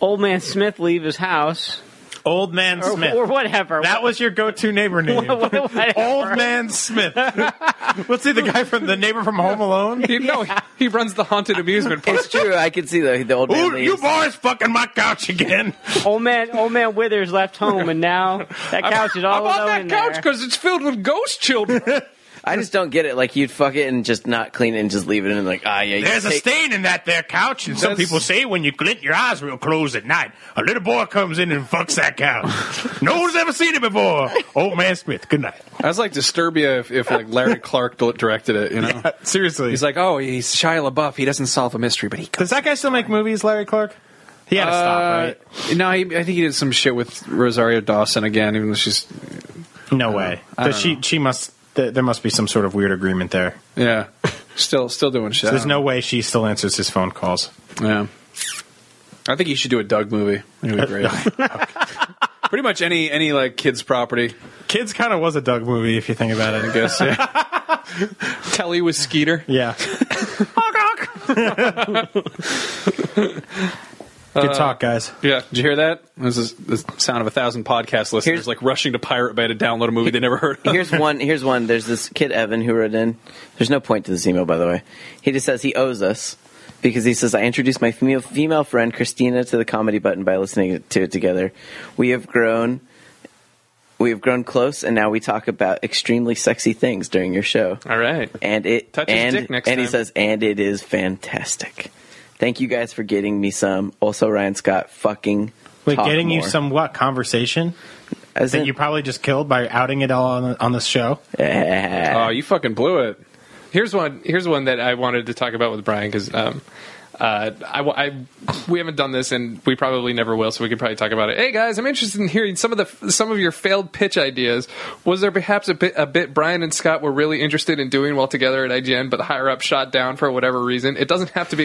Speaker 5: old man Smith leave his house,
Speaker 3: old man
Speaker 2: Oh,
Speaker 5: or,
Speaker 3: Smith.
Speaker 5: or whatever.
Speaker 3: That was your go-to neighbor name.
Speaker 5: What- what- whatever.
Speaker 3: Old Man Smith. Let's see the guy from the neighbor from Home Alone.
Speaker 4: He, no, he, he runs the haunted amusement park.
Speaker 1: It's true. I could see the, the old man.
Speaker 3: Ooh, you
Speaker 1: leaves.
Speaker 3: boys fucking my couch again.
Speaker 5: old man. Old man Withers left home, and now that couch is
Speaker 4: I'm
Speaker 5: all
Speaker 4: on
Speaker 5: alone
Speaker 4: that
Speaker 5: in
Speaker 4: couch
Speaker 5: there.
Speaker 4: because it's filled with ghost children.
Speaker 1: I just don't get it. Like you'd fuck it and just not clean it and just leave it and like ah yeah. you
Speaker 3: There's a
Speaker 1: take-
Speaker 3: stain in that there couch, and some
Speaker 2: That's-
Speaker 3: people say when you glint your eyes real close at night, a little boy comes in and fucks that couch. no one's ever seen it before. Old Man Smith. Good night.
Speaker 2: That's like Disturbia if, if like Larry Clark di- directed it. You know,
Speaker 3: Seriously,
Speaker 2: he's like, oh, he's Shia LaBeouf. He doesn't solve a mystery, but he.
Speaker 3: does that guy still make movies, Larry Clark? He had to stop,
Speaker 2: Uh, No, he, I think he did some shit with Rosario Dawson again. Even though she's
Speaker 3: right? No way.
Speaker 2: I don't
Speaker 3: Does she she must. th- There must be some sort of weird agreement there.
Speaker 2: yeah, still still doing shit.
Speaker 3: There's
Speaker 2: I don't
Speaker 3: no way she still answers his phone calls.
Speaker 2: know. Yeah. I think you should do a Doug movie. It would be great. Pretty much any any like kids property.
Speaker 3: Kids kind of was a Doug movie if you think about it.
Speaker 2: I guess. Yeah.
Speaker 4: Telly was Skeeter.
Speaker 3: Yeah.
Speaker 4: Uh,
Speaker 3: Good talk, guys.
Speaker 2: Yeah, did you hear that? This is the sound of a thousand podcast listeners
Speaker 1: Here's-
Speaker 2: like rushing to Pirate Bay to download a movie they never heard of.
Speaker 1: Here's one. Here's one. There's this kid Evan who wrote in. There's no point to this email, by the way. He just says he owes us because he says I introduced my female female friend Christina to the comedy button by listening to it together. We have grown. We have grown close, and now we talk about extremely sexy things during your show.
Speaker 4: All right.
Speaker 1: And it
Speaker 4: Touch his
Speaker 1: and
Speaker 4: dick next
Speaker 1: and he
Speaker 4: time.
Speaker 1: says and it is fantastic. Thank you guys for getting me some. Also, Ryan Scott, fucking
Speaker 3: Wait,
Speaker 1: talk
Speaker 3: getting you
Speaker 1: more.
Speaker 3: some what conversation
Speaker 1: As
Speaker 3: that
Speaker 1: in-
Speaker 3: you probably just killed by outing it all on the, on the show?
Speaker 1: Yeah.
Speaker 2: Oh, you fucking blew it.
Speaker 4: Here's one. Here's one that I wanted to talk about with Brian because um, uh, I, wa- I- we haven't done this and we probably never will, so we could probably talk about it. Hey guys, I'm interested in hearing some of the some of your failed pitch ideas. Was there perhaps a bit a bit Brian and Scott were really interested in doing while together at IGN, but the higher up shot down for whatever reason? It doesn't have to be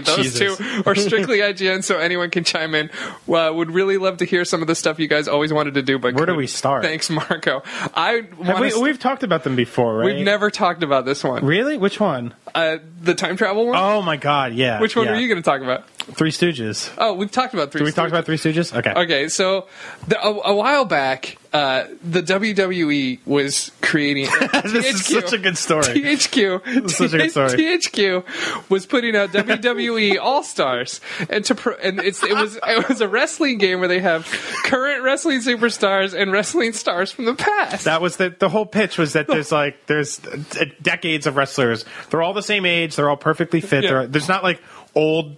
Speaker 4: those two
Speaker 3: Jesus.
Speaker 4: or strictly IGN, so anyone can chime in. Well, would really love to hear some of the stuff you guys always wanted to do. But
Speaker 3: Where do
Speaker 4: couldn't.
Speaker 3: we start?
Speaker 4: Thanks, Marco. I
Speaker 3: Have
Speaker 4: want
Speaker 3: we,
Speaker 4: to.
Speaker 3: we've talked about them before, right?
Speaker 4: We've never talked about this one.
Speaker 3: Really? Which one?
Speaker 4: Uh, the time travel one.
Speaker 3: Oh my god, yeah.
Speaker 4: Which one
Speaker 3: yeah.
Speaker 4: are you going to talk about?
Speaker 3: Three Stooges.
Speaker 4: Oh, we've talked about three.
Speaker 3: Did we talk
Speaker 4: Stooges.
Speaker 3: about Three Stooges? Okay.
Speaker 4: Okay, so the, a, a while back, uh, the WWE was creating
Speaker 3: This is
Speaker 4: THQ.
Speaker 3: such a good story.
Speaker 4: THQ,
Speaker 3: is such a good story.
Speaker 4: THQ was putting out WWE All Stars, and to pro- and it's it was it was a wrestling game where they have current wrestling superstars and wrestling stars from the past.
Speaker 3: That was the the whole pitch was that there's like there's uh, decades of wrestlers. They're all the same age. They're all perfectly fit.
Speaker 4: Yeah.
Speaker 3: They're, there's not like old, you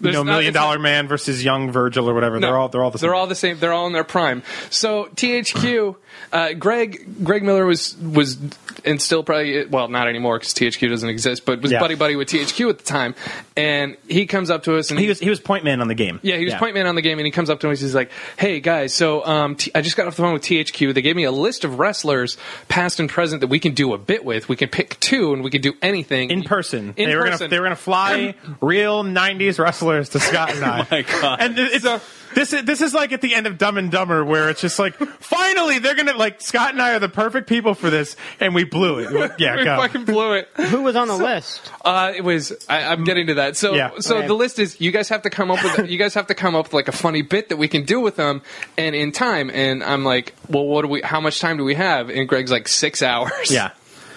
Speaker 4: There's
Speaker 3: know,
Speaker 4: not-
Speaker 3: million
Speaker 4: it's not-
Speaker 3: dollar man versus young Virgil or whatever.
Speaker 4: No,
Speaker 3: they're all they're all the same.
Speaker 4: They're all the same. They're all in their prime. So THQ, uh, Greg Greg Miller was was and still probably well not anymore because THQ doesn't exist, but was
Speaker 3: Yeah.
Speaker 4: buddy buddy with THQ at the time, and he comes up to us and
Speaker 3: he was he was point man on the game.
Speaker 4: yeah, he was point man on the game, and he comes up to me. He's like, "Hey guys, so um, t- I just got off the phone with THQ. They gave me a list of wrestlers, past and present, that we can do a bit with. We can pick two, and we can do anything
Speaker 3: In person,
Speaker 4: In
Speaker 3: they were
Speaker 4: person.
Speaker 3: gonna they were gonna fly real '90s wrestlers to Scott and
Speaker 4: Oh
Speaker 3: I.
Speaker 2: My God.
Speaker 3: And it- it's this is this is like at the end of Dumb and Dumber, where it's just like finally they're gonna like Scott and I are the perfect people for this, and we blew it. Yeah,
Speaker 4: We
Speaker 3: go.
Speaker 4: fucking blew it.
Speaker 5: Who was on the list?
Speaker 4: Uh, it was. I, I'm getting to that. So,
Speaker 3: Mm. Yeah.
Speaker 4: so
Speaker 5: Right.
Speaker 4: the list is you guys have to come up with you guys have to come up with like a funny bit that we can do with them, and in time. And I'm like, well, what do we? How much time do we have? And Greg's like six hours.
Speaker 3: Yeah.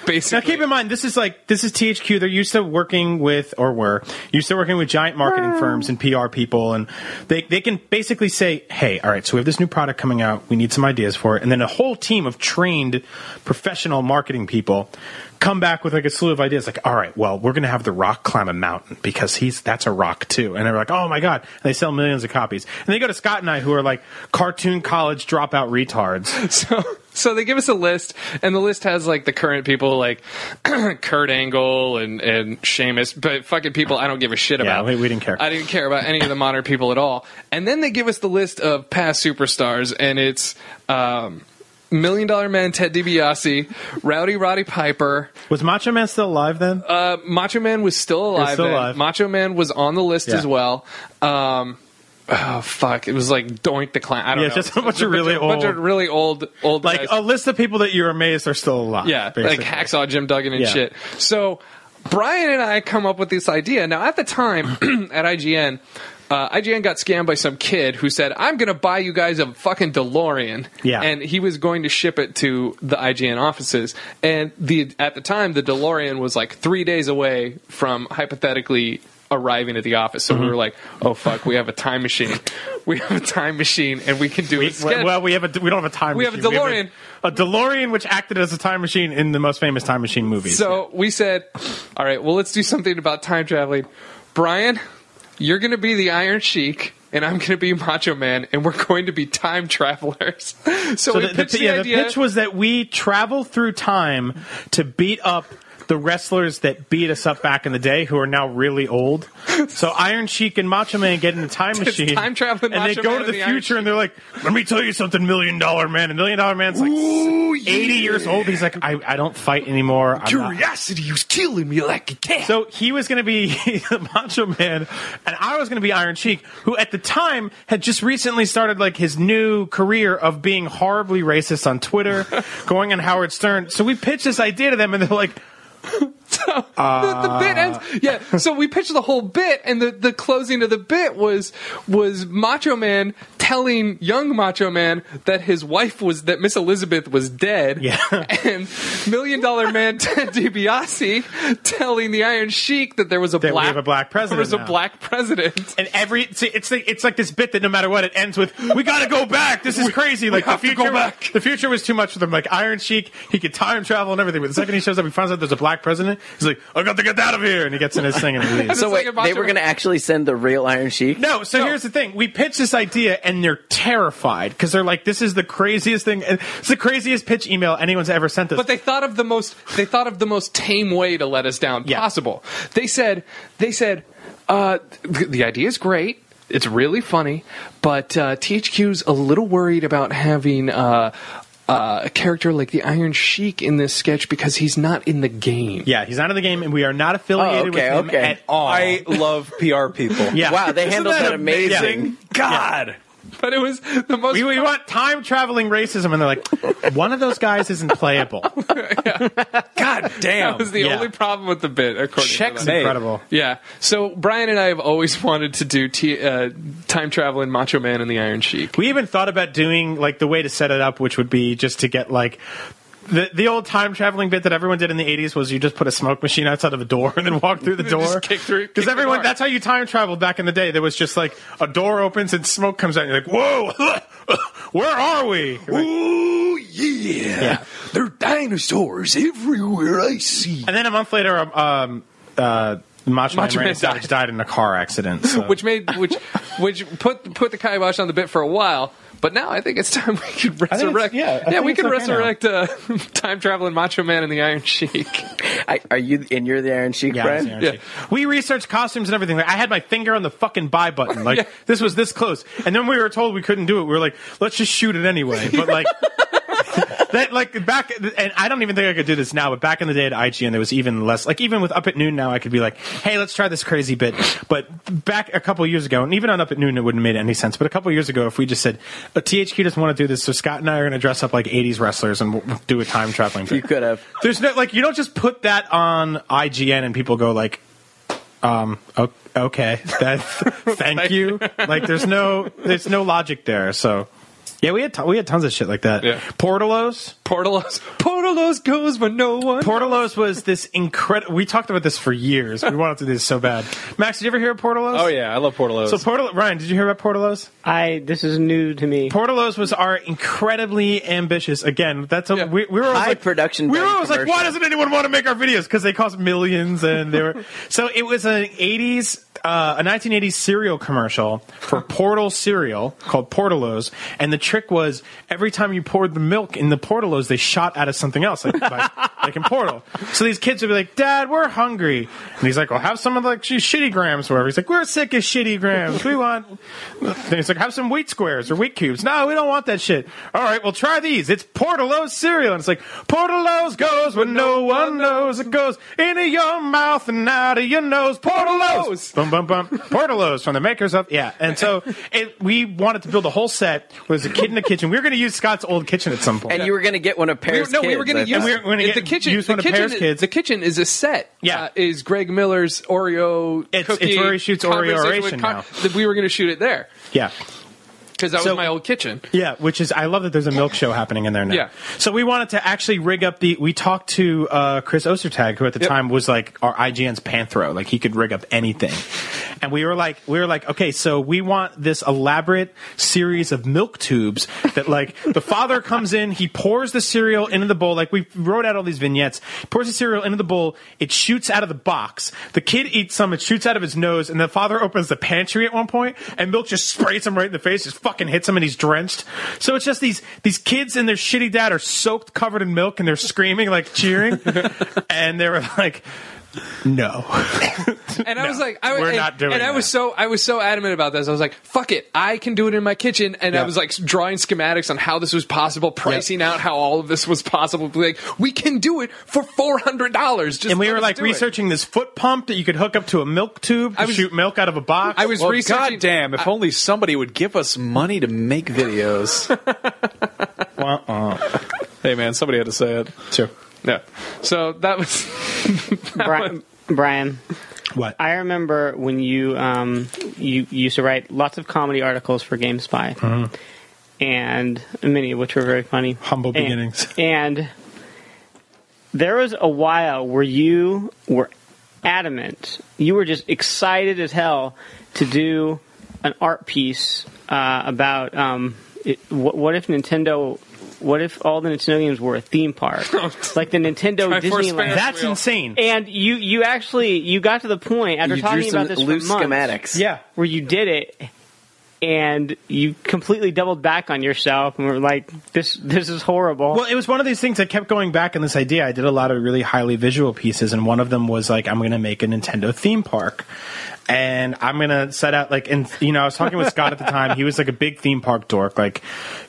Speaker 3: Now
Speaker 4: basically.
Speaker 3: keep in mind, this is like this is THQ. They're used to working with or were used to working with giant marketing firms and PR people, and they they can basically say, "Hey, all right, so we have this new product coming out. We need some ideas for it." And then a whole team of trained professional marketing people come back with like a slew of ideas. Like, "All right, well, we're going to have The Rock climb a mountain because he's that's a rock too." And they're like, "Oh my god!" And they sell millions of copies. And they go to Scott and I, who are like cartoon college dropout retards.
Speaker 4: So, so they give us a list, and the list has like the current people, like Kurt Angle and and Sheamus, but fucking people I don't give a shit about.
Speaker 3: we- we didn't care.
Speaker 4: I didn't care about any of the modern people at all. And then they give us the list of past superstars, and it's. Um, Million Dollar Man Ted DiBiase, Rowdy Roddy Piper,
Speaker 3: Was Macho Man still alive then?
Speaker 4: uh, Macho Man was still alive.
Speaker 3: still
Speaker 4: then.
Speaker 3: alive.
Speaker 4: Macho Man was on the list
Speaker 3: Yeah.
Speaker 4: as well. Um, oh fuck! It was like Doink the Clown. I don't
Speaker 3: Yeah,
Speaker 4: know.
Speaker 3: just a
Speaker 4: It was
Speaker 3: bunch of really old-
Speaker 4: bunch of really old, old
Speaker 3: like
Speaker 4: guys.
Speaker 3: a list of people that you're amazed are still alive.
Speaker 4: Yeah,
Speaker 3: basically.
Speaker 4: like hacksaw Jim Duggan and
Speaker 3: Yeah.
Speaker 4: shit. So Brian and I come up with this idea. Now at the time at IGN, uh, IGN got scammed by some kid who said, "I'm going to buy you guys a fucking DeLorean."
Speaker 3: Yeah.
Speaker 4: and he was going to ship it to the IGN offices. And the at the time, the DeLorean was like three days away from hypothetically. Arriving at the office, so we
Speaker 3: Mm-hmm.
Speaker 4: were like, "Oh fuck, we have a time machine. We have a time machine, and we can do
Speaker 3: We-
Speaker 4: a sketch."
Speaker 3: well, we have a we don't have a time.
Speaker 4: We have a
Speaker 3: machine.
Speaker 4: DeLorean.
Speaker 3: a, a DeLorean, which acted as a time machine in the most famous time machine movies.
Speaker 4: So we said, all right, well, let's do something about time traveling. Brian, you're going to be the Iron Sheik. And I'm going to be Macho Man, and we're going to be time travelers. So,
Speaker 3: So
Speaker 4: we
Speaker 3: the,
Speaker 4: pitched
Speaker 3: the,
Speaker 4: the,
Speaker 3: yeah,
Speaker 4: idea.
Speaker 3: the pitch was that we travel through time to beat up the wrestlers that beat us up back in the day, who are now really old. So Iron Sheik and Macho Man get in the time machine,
Speaker 4: time traveling
Speaker 3: and
Speaker 4: Macho
Speaker 3: they go
Speaker 4: Man
Speaker 3: to
Speaker 4: and
Speaker 3: the,
Speaker 4: the Iron
Speaker 3: future, and they're like, "Let me tell you something, Million Dollar Man." And Million Dollar Man's like eighty years old. He's like, "I, I don't fight anymore. I'm not-
Speaker 6: Curiosity was killing me like a cat.
Speaker 3: So he was going to be the Macho Man, and I was going to be Iron Sheik, who at the time had just recently started like his new career of being horribly racist on Twitter, going on Howard Stern. So we pitched this idea to them, and they're like,
Speaker 4: so the, the bit ends. Yeah, so we pitched the whole bit, and the, the closing of the bit was was Macho Man telling young Macho Man that his wife was that Miss Elizabeth was dead.
Speaker 3: Yeah.
Speaker 4: and Million Dollar Man Ted DiBiase telling the Iron Sheik that there was a
Speaker 3: That we
Speaker 4: black
Speaker 3: have a black president
Speaker 4: There was
Speaker 3: now.
Speaker 4: a black president.
Speaker 3: And every see, it's like it's like this bit that no matter what it ends with, we gotta go back. This is crazy. Like
Speaker 4: have
Speaker 3: the
Speaker 4: to
Speaker 3: future,
Speaker 4: go back.
Speaker 3: the future was too much for them. Like Iron Sheik, he could time travel and everything. But the second he shows up, he finds out there's a black president. He's like, I got to get out of here, and he gets in his thing and he leaves.
Speaker 1: So
Speaker 4: It's like
Speaker 1: wait,
Speaker 4: a macho-
Speaker 1: they were going to actually send the real Iron Sheik?
Speaker 3: No, so here's the thing. We pitch this idea and they're terrified because they're like, this is the craziest thing. It's the craziest pitch email anyone's ever sent us.
Speaker 4: But they thought of the most they thought of the most tame way to let us down
Speaker 3: Yeah.
Speaker 4: possible. They said they said uh, th- the idea is great. It's really funny, but uh, THQ's a little worried about having uh, uh, a character like the Iron Sheik in this sketch because he's not in the game.
Speaker 3: yeah, he's out of the game and we are not affiliated
Speaker 1: Oh, okay,
Speaker 3: with him
Speaker 1: okay.
Speaker 3: at all.
Speaker 2: I love PR people.
Speaker 3: yeah.
Speaker 1: Wow, they handled that,
Speaker 2: that
Speaker 1: amazing.
Speaker 3: amazing?
Speaker 2: God.
Speaker 4: But it was the most.
Speaker 3: We, we want time traveling racism, and they're like, one of those guys isn't playable.
Speaker 2: God
Speaker 4: that
Speaker 2: damn.
Speaker 4: was the
Speaker 3: yeah.
Speaker 4: only problem with the bit. According
Speaker 2: Checks
Speaker 4: to them.
Speaker 2: mate.
Speaker 3: Incredible.
Speaker 4: Yeah. So Brian and I have always wanted to do t- uh, time traveling Macho Man and the Iron Sheik.
Speaker 3: We even thought about doing like the way to set it up, which would be just to get like the the old time traveling bit that everyone did in the eighties was you just put a smoke machine outside of a door and then walk through the door,
Speaker 4: Just kick through- kick
Speaker 3: because
Speaker 4: the
Speaker 3: everyone
Speaker 4: door.
Speaker 3: that's how you time traveled back in the day. There was just like a door opens and smoke comes out, and you're like, whoa, where are we?
Speaker 2: Ooh, Oh, yeah.
Speaker 3: Yeah.
Speaker 2: There are dinosaurs everywhere I see.
Speaker 3: And then a month later, um, um uh, Macho,
Speaker 4: Macho
Speaker 3: Man,
Speaker 4: Man
Speaker 3: Randy Savage died in a car accident, so-
Speaker 4: which made which which put put the kibosh on the bit for a while. But now I think it's time we could
Speaker 3: it's-
Speaker 4: resurrect.
Speaker 3: yeah, I think
Speaker 4: we
Speaker 3: it's
Speaker 4: can
Speaker 3: okay
Speaker 4: resurrect uh, time traveling Macho Man and the Iron Sheik.
Speaker 1: I, are you and you're the Iron Sheik,
Speaker 3: Yeah, I was
Speaker 1: Brian?
Speaker 3: the Iron Sheik. we researched costumes and everything. Like, I had my finger on the fucking buy button. Like
Speaker 4: Yeah.
Speaker 3: this was this close, and then we were told we couldn't do it. We were like, let's just shoot it anyway. But like. That like back, and I don't even think I could do this now. But back in the day at IGN, there was even less. Like even with Up at Noon now, I could be like, "Hey, let's try this crazy bit." But back a couple years ago, and even on Up at Noon, it wouldn't have made any sense. But a couple years ago, if we just said, "Uh, "THQ doesn't want to do this," so Scott and I are going to dress up like '80s wrestlers and we'll do a time traveling.
Speaker 1: You could have.
Speaker 3: There's no like you don't just put that on IGN and people go like, um, o- okay, that, thank you. Like there's no there's no logic there. So yeah, we had to- we had tons of shit like that.
Speaker 4: Yeah.
Speaker 3: Portalos.
Speaker 4: Portalos, Portalos goes where no one.
Speaker 3: Portalos was this incredible. We talked about this for years. We wanted to do this so bad. Max, did you ever hear of Portalos?
Speaker 2: Oh, yeah. I love Portalos.
Speaker 3: So Portal Ryan, did you hear about Portalos?
Speaker 5: I this is new to me.
Speaker 3: Portalos was our incredibly ambitious. Again, that's a
Speaker 4: Yeah.
Speaker 3: we, we were always
Speaker 1: High
Speaker 3: like,
Speaker 1: production
Speaker 3: We were
Speaker 1: value
Speaker 3: always like, why
Speaker 1: commercial.
Speaker 3: doesn't anyone want to make our videos? Because they cost millions, and they were so it was an '80s, uh, a 1980s cereal commercial for Portal cereal called Portalos, and the trick was every time you poured the milk in the Portalos, they shot out of something else, like, like, like in Portal. So these kids would be like, "Dad, we're hungry," and he's like, "Well, have some of like sh- shitty grams, or whatever." He's like, "We're sick of shitty grams. We want." Then he's like, have some wheat squares or wheat cubes. No, we don't want that shit. All right, well, try these. It's Portalo's cereal. And it's like, Portalo's goes when no one knows. It goes into your mouth and out of your nose. Portalo's. Bum, bum, bum. Portalo's from the makers of. Yeah. And so it, we wanted to build a whole set. with a kid in the kitchen. We were going to use Scott's old kitchen at some point.
Speaker 1: And you were going to get one of
Speaker 4: We
Speaker 1: Paris.
Speaker 4: were- no, we were going to use
Speaker 3: we were gonna
Speaker 4: if
Speaker 3: get-
Speaker 4: the kitchen.
Speaker 3: use
Speaker 4: the,
Speaker 3: one of
Speaker 4: kitchen
Speaker 3: Pear's
Speaker 4: is,
Speaker 3: kids.
Speaker 4: the kitchen is a set.
Speaker 3: Yeah.
Speaker 4: uh, is Greg Miller's Oreo
Speaker 3: It's-
Speaker 4: cookie?
Speaker 3: it's where he shoots Oreo
Speaker 4: conversation
Speaker 3: Oration
Speaker 4: with Con-
Speaker 3: now.
Speaker 4: That we were going to shoot it there
Speaker 3: yeah.
Speaker 4: because that
Speaker 3: So-
Speaker 4: was my old kitchen.
Speaker 3: Yeah, which is I love that there's a milk show happening in there now.
Speaker 4: Yeah.
Speaker 3: So we wanted to actually rig up the. We talked to uh, Chris Ostertag, who at the
Speaker 4: Yep.
Speaker 3: time was like our IGN's Panthro, like he could rig up anything. And we were like, we were like, okay, so we want this elaborate series of milk tubes that like the father comes in, he pours the cereal into the bowl. Like we wrote out all these vignettes. He pours the cereal into the bowl. It shoots out of the box. The kid eats some. It shoots out of his nose, and the father opens the pantry at one point, and milk just sprays him right in the face. Just fucking hits him, and he's drenched. So it's just these these kids and their shitty dad are soaked, covered in milk, and they're screaming like cheering, and they were like. No,
Speaker 4: And I was like, I,
Speaker 3: we're
Speaker 4: and,
Speaker 3: not doing
Speaker 4: And I was
Speaker 3: that.
Speaker 4: so I was so adamant about this. I was like, fuck it, I can do it in my kitchen. And
Speaker 3: Yeah.
Speaker 4: I was like drawing schematics on how this was possible, pricing out how all of this was possible. Like, we can do it for four hundred dollars. Just
Speaker 3: and we
Speaker 4: let
Speaker 3: were
Speaker 4: us
Speaker 3: like
Speaker 4: do it.
Speaker 3: researching this foot pump that you could hook up to a milk tube to
Speaker 4: I was-
Speaker 3: shoot milk out of a box.
Speaker 4: I was
Speaker 2: well,
Speaker 4: researching.
Speaker 2: goddamn, if only somebody would give us money to make videos.
Speaker 3: Uh-uh.
Speaker 2: hey, man, somebody had to say it.
Speaker 3: Sure.
Speaker 4: Yeah. So that was
Speaker 5: Bri- Brian,
Speaker 3: What?
Speaker 5: I remember when you um, you you used to write lots of comedy articles for GameSpy, and many of which were very funny.
Speaker 3: Mm-hmm. Humble
Speaker 5: And-
Speaker 3: beginnings.
Speaker 5: And there was a while where you were adamant. You were just excited as hell to do an art piece uh, about um, it, what, what if Nintendo. What if all the Nintendo games were a theme park, like the Nintendo
Speaker 4: Triforce
Speaker 5: Disneyland?
Speaker 4: Ferris
Speaker 3: That's
Speaker 4: wheel.
Speaker 3: insane.
Speaker 5: And you you actually you got to the point after
Speaker 1: you
Speaker 5: talking
Speaker 1: drew some
Speaker 5: about this
Speaker 1: loose
Speaker 5: for months,
Speaker 1: schematics.
Speaker 3: yeah.
Speaker 5: where you did it and you completely doubled back on yourself and were like this this is horrible.
Speaker 3: Well, it was one of these things that kept going back on this idea. I did a lot of really highly visual pieces, and one of them was like, I'm going to make a Nintendo theme park. And I'm going to set out, like, and, you know, I was talking with Scott at the time. He was like a big theme park dork. Like,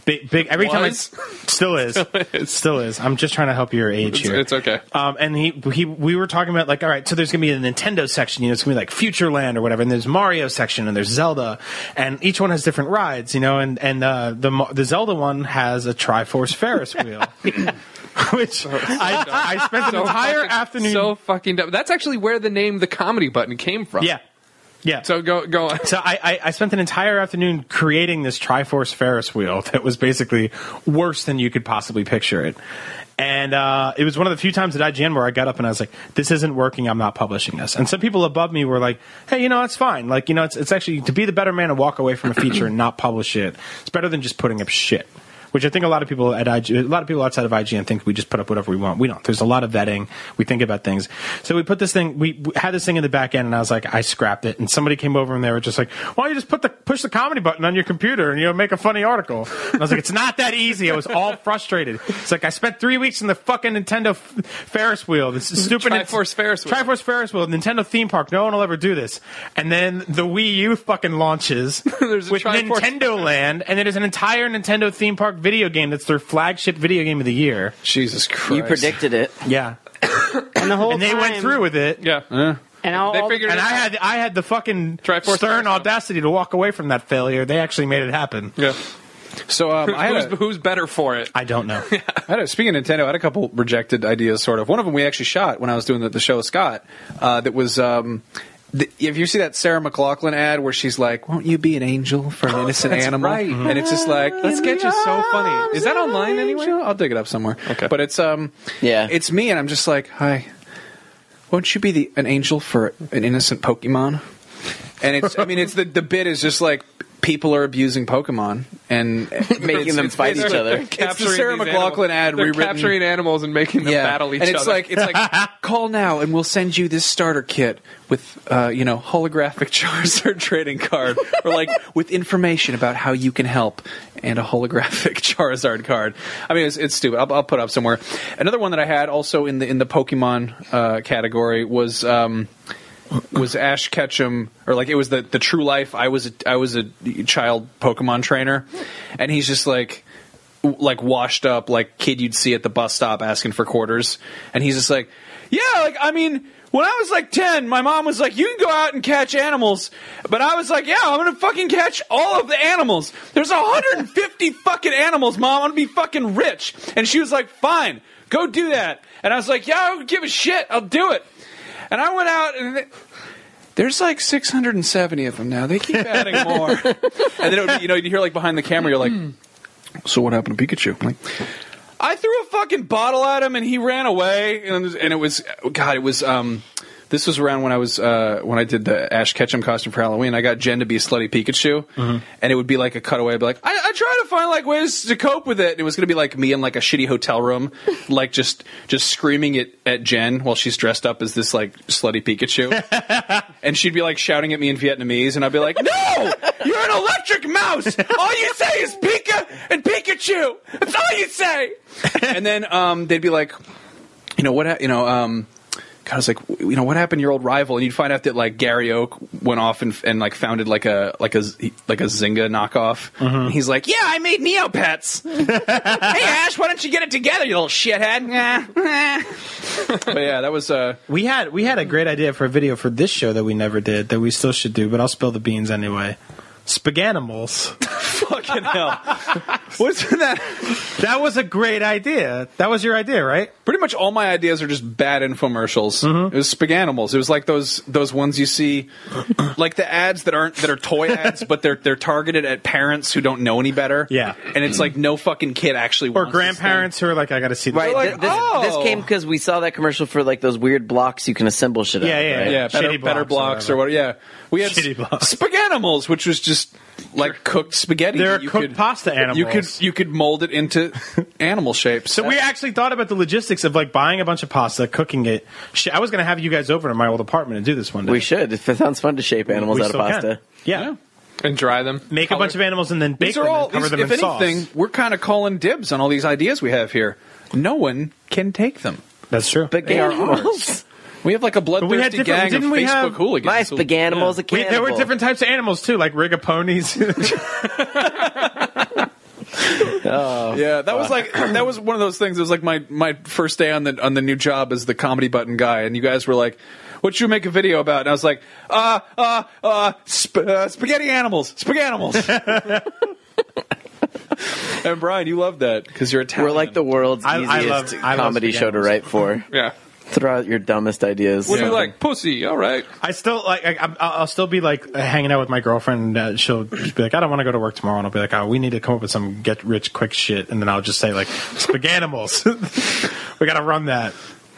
Speaker 3: big, big, every time I.
Speaker 4: Was?
Speaker 3: Still is. Still is. I'm just trying to help your age
Speaker 4: It's-
Speaker 3: here.
Speaker 4: it's okay.
Speaker 3: Um, and he, he, we were talking about like, all right, so there's gonna be a Nintendo section, you know, it's gonna be like Future Land or whatever, and there's Mario section and there's Zelda, and each one has different rides, you know, and and uh, the Mo- the Zelda one has a Triforce Ferris wheel, which I, I spent an entire
Speaker 4: fucking-
Speaker 3: afternoon.
Speaker 4: So fucking dumb. That's actually where the name the comedy button came from.
Speaker 3: yeah, yeah.
Speaker 4: So go go on.
Speaker 3: So I, I, I spent an entire afternoon creating this Triforce Ferris wheel that was basically worse than you could possibly picture it. And uh, it was one of the few times at IGN where I got up and I was like, "This isn't working. I'm not publishing this." And some people above me were like, "Hey, you know, it's fine. Like, you know, it's it's actually to be the better man and walk away from a feature and not publish it. It's better than just putting up shit." Which I think a lot of people at IG, a lot of people outside of IGN think we just put up whatever we want. We don't. There's a lot of vetting. We think about things. So we put this thing. We we had this thing in the back end, and I was like, I scrapped it. And somebody came over and they were just like, Why don't you just put the push the comedy button on your computer and you know make a funny article? And I was like, It's not that easy. I was all frustrated. It's like I spent three weeks in the fucking Nintendo f- Ferris wheel. This is stupid
Speaker 4: Triforce Ferris wheel.
Speaker 3: Triforce Ferris wheel. Nintendo theme park. No one will ever do this. And then the Wii U fucking launches
Speaker 4: There's a
Speaker 3: with
Speaker 4: Triforce-
Speaker 3: Nintendo Land, and it is an entire Nintendo theme park video game that's their flagship video game of the year.
Speaker 2: Jesus Christ!
Speaker 1: You predicted it.
Speaker 3: Yeah,
Speaker 5: and the whole
Speaker 3: and they went
Speaker 5: time-
Speaker 3: through with it.
Speaker 4: Yeah.
Speaker 5: and all,
Speaker 4: They
Speaker 5: all-
Speaker 4: figured
Speaker 3: And I had I had the fucking
Speaker 4: Triforce
Speaker 3: stern
Speaker 4: Ferris wheel.
Speaker 3: audacity to walk away from that failure. They actually made it happen.
Speaker 4: Yeah.
Speaker 2: So um, I
Speaker 4: Who's,
Speaker 2: had a,
Speaker 4: who's better for it?
Speaker 3: I don't know.
Speaker 2: I had a, speaking of Nintendo, I had a couple rejected ideas. Sort of. One of them we actually shot when I was doing the, the show with Scott. Uh, that was. Um, the, if you see that Sarah McLaughlin ad where she's like, "Won't you be an angel for an innocent animal?"
Speaker 4: right.
Speaker 2: and it's just like that sketch is so funny. Is that online anyway? I'll dig it up somewhere. Okay, but it's um,
Speaker 1: Yeah.
Speaker 2: it's me, and I'm just like, "Hi, won't you be the, an angel for an innocent Pokemon?" And it's, I mean, it's the the bit is just like people are abusing Pokemon and
Speaker 1: Making them fight each other.
Speaker 2: It's the Sarah
Speaker 4: these
Speaker 2: McLaughlin
Speaker 4: animals.
Speaker 2: ad
Speaker 4: They're
Speaker 2: rewritten.
Speaker 4: capturing animals and making them battle each
Speaker 2: and
Speaker 4: other.
Speaker 2: it's like it's like call now and we'll send you this starter kit with uh, you know holographic Charizard trading card or like with information about how you can help and a holographic Charizard card. I mean, it's, it's stupid. I'll, I'll put it up somewhere. Another one that I had also in the in the Pokemon uh, category was. Um, was Ash Ketchum, or like it was the the true life. I was a, I was a child Pokemon trainer, and he's just like w- like washed up like kid you'd see at the bus stop asking for quarters, and he's just like, yeah, like I mean. When I was like 10, my mom was like, You can go out and catch animals. But I was like, Yeah, I'm gonna fucking catch all of the animals. There's 150 fucking animals, mom. I'm gonna be fucking rich. And she was like, Fine, go do that. And I was like, Yeah, I don't give a shit. I'll do it. And I went out and th- there's like 670 of them now. They keep adding more. and then it would be, you know, you hear like behind the camera, you're like, so what happened to Pikachu? I'm like, I threw a fucking bottle at him and he ran away. And, and it was, God, it was, um, this was around when I was uh, when I did the Ash Ketchum costume for Halloween. I got Jen to be slutty Pikachu, and it would be like a cutaway. I'd be like, I, I try to find like ways to cope with it. And it was going to be like me in like a shitty hotel room, like just just screaming it at Jen while she's dressed up as this like slutty Pikachu. and she'd be like shouting at me in Vietnamese, and I'd be like, "No, you're an electric mouse. All you say is Pika and Pikachu. That's all you say." And then um, they'd be like, "You know what? hap- You know." Um, God, I was like, you know, what happened to your old rival? And you'd find out that like Gary Oak went off and, and like founded like a like a Z- like a Zynga knockoff. And he's like, yeah, I made Neopets. hey Ash, why don't you get it together, you little shithead? Nah, nah. but yeah, that was uh,
Speaker 3: we had we had a great idea for a video for this show that we never did that we still should do, but I'll spill the beans anyway. Spaganimals.
Speaker 6: Fucking hell.
Speaker 2: What's in that?
Speaker 3: That was a great idea. That was your idea, right?
Speaker 2: Pretty much all my ideas are just bad infomercials.
Speaker 3: Mm-hmm.
Speaker 2: It was Spaganimals. It was like those those ones you see, like the ads that aren't that are toy ads, but they're they're targeted at parents who don't know any better.
Speaker 3: Yeah.
Speaker 2: and it's like no fucking kid actually
Speaker 3: Or
Speaker 2: wants this thing.
Speaker 3: grandparents who are like, I got to see this.
Speaker 1: Right.
Speaker 2: like,
Speaker 1: th- this,
Speaker 2: oh.
Speaker 1: this came because we saw that commercial for like those weird blocks you can assemble shit. out
Speaker 3: Yeah,
Speaker 1: of,
Speaker 3: yeah,
Speaker 1: right?
Speaker 2: Yeah, better,
Speaker 3: Shitty
Speaker 2: better
Speaker 3: blocks
Speaker 2: blocks
Speaker 3: or
Speaker 2: or what? Yeah, we had
Speaker 3: Shitty blocks.
Speaker 2: Spaganimals, which was just like cooked spaghetti.
Speaker 3: They're
Speaker 2: that you
Speaker 3: cooked pasta
Speaker 2: You
Speaker 3: animals.
Speaker 2: could you could mold it into animal shapes.
Speaker 3: So we actually thought about the logistics of like buying a bunch of pasta, cooking it. Sh- I was going to have you guys over to my old apartment and do this one day.
Speaker 1: We should. It sounds fun to shape animals
Speaker 3: We
Speaker 1: out of
Speaker 3: still
Speaker 1: pasta.
Speaker 3: can. Yeah.
Speaker 2: Yeah.
Speaker 4: and dry them.
Speaker 3: Make a
Speaker 4: Color-
Speaker 3: bunch of animals and then bake
Speaker 2: these
Speaker 3: them
Speaker 2: are all.
Speaker 3: and cover
Speaker 2: These,
Speaker 3: them in
Speaker 2: if anything,
Speaker 3: sauce.
Speaker 2: we're kind of calling dibs on all these ideas we have here. No one can take them.
Speaker 3: That's true.
Speaker 1: But
Speaker 2: They are
Speaker 1: animals.
Speaker 2: ours. We have like a bloodthirsty
Speaker 3: we had different-
Speaker 2: gang
Speaker 3: didn't
Speaker 2: of
Speaker 3: we
Speaker 2: Facebook
Speaker 3: have-
Speaker 2: hooligans.
Speaker 1: My
Speaker 2: who-
Speaker 1: Spaganimals a
Speaker 3: Wait,
Speaker 1: cannibal.
Speaker 3: there were different types of animals too, like rigaponies.
Speaker 2: Yeah, that was like that was one of those things. It was like my my first day on the on the new job as the comedy button guy, and you guys were like, "What you make a video about?" And I was like, "Uh, uh, uh, sp- uh spaghetti animals, spaghetti animals." and Brian, you loved that because you're Italian.
Speaker 1: We're like the world's
Speaker 3: I- I
Speaker 1: easiest
Speaker 3: love- I love
Speaker 1: comedy show to
Speaker 3: Spaganimals.
Speaker 1: write for.
Speaker 4: Yeah.
Speaker 1: Throw out your dumbest ideas.
Speaker 4: What do you
Speaker 1: Yeah.
Speaker 4: like? Pussy. All right.
Speaker 3: I still like. I, I'm- I'll I'll still be like hanging out with my girlfriend. And, uh, she'll just be like, "I don't want to go to work tomorrow," and I'll be like, "Oh, we need to come up with some get rich quick shit." And then I'll just say like, "Spaganimals." we got to run that.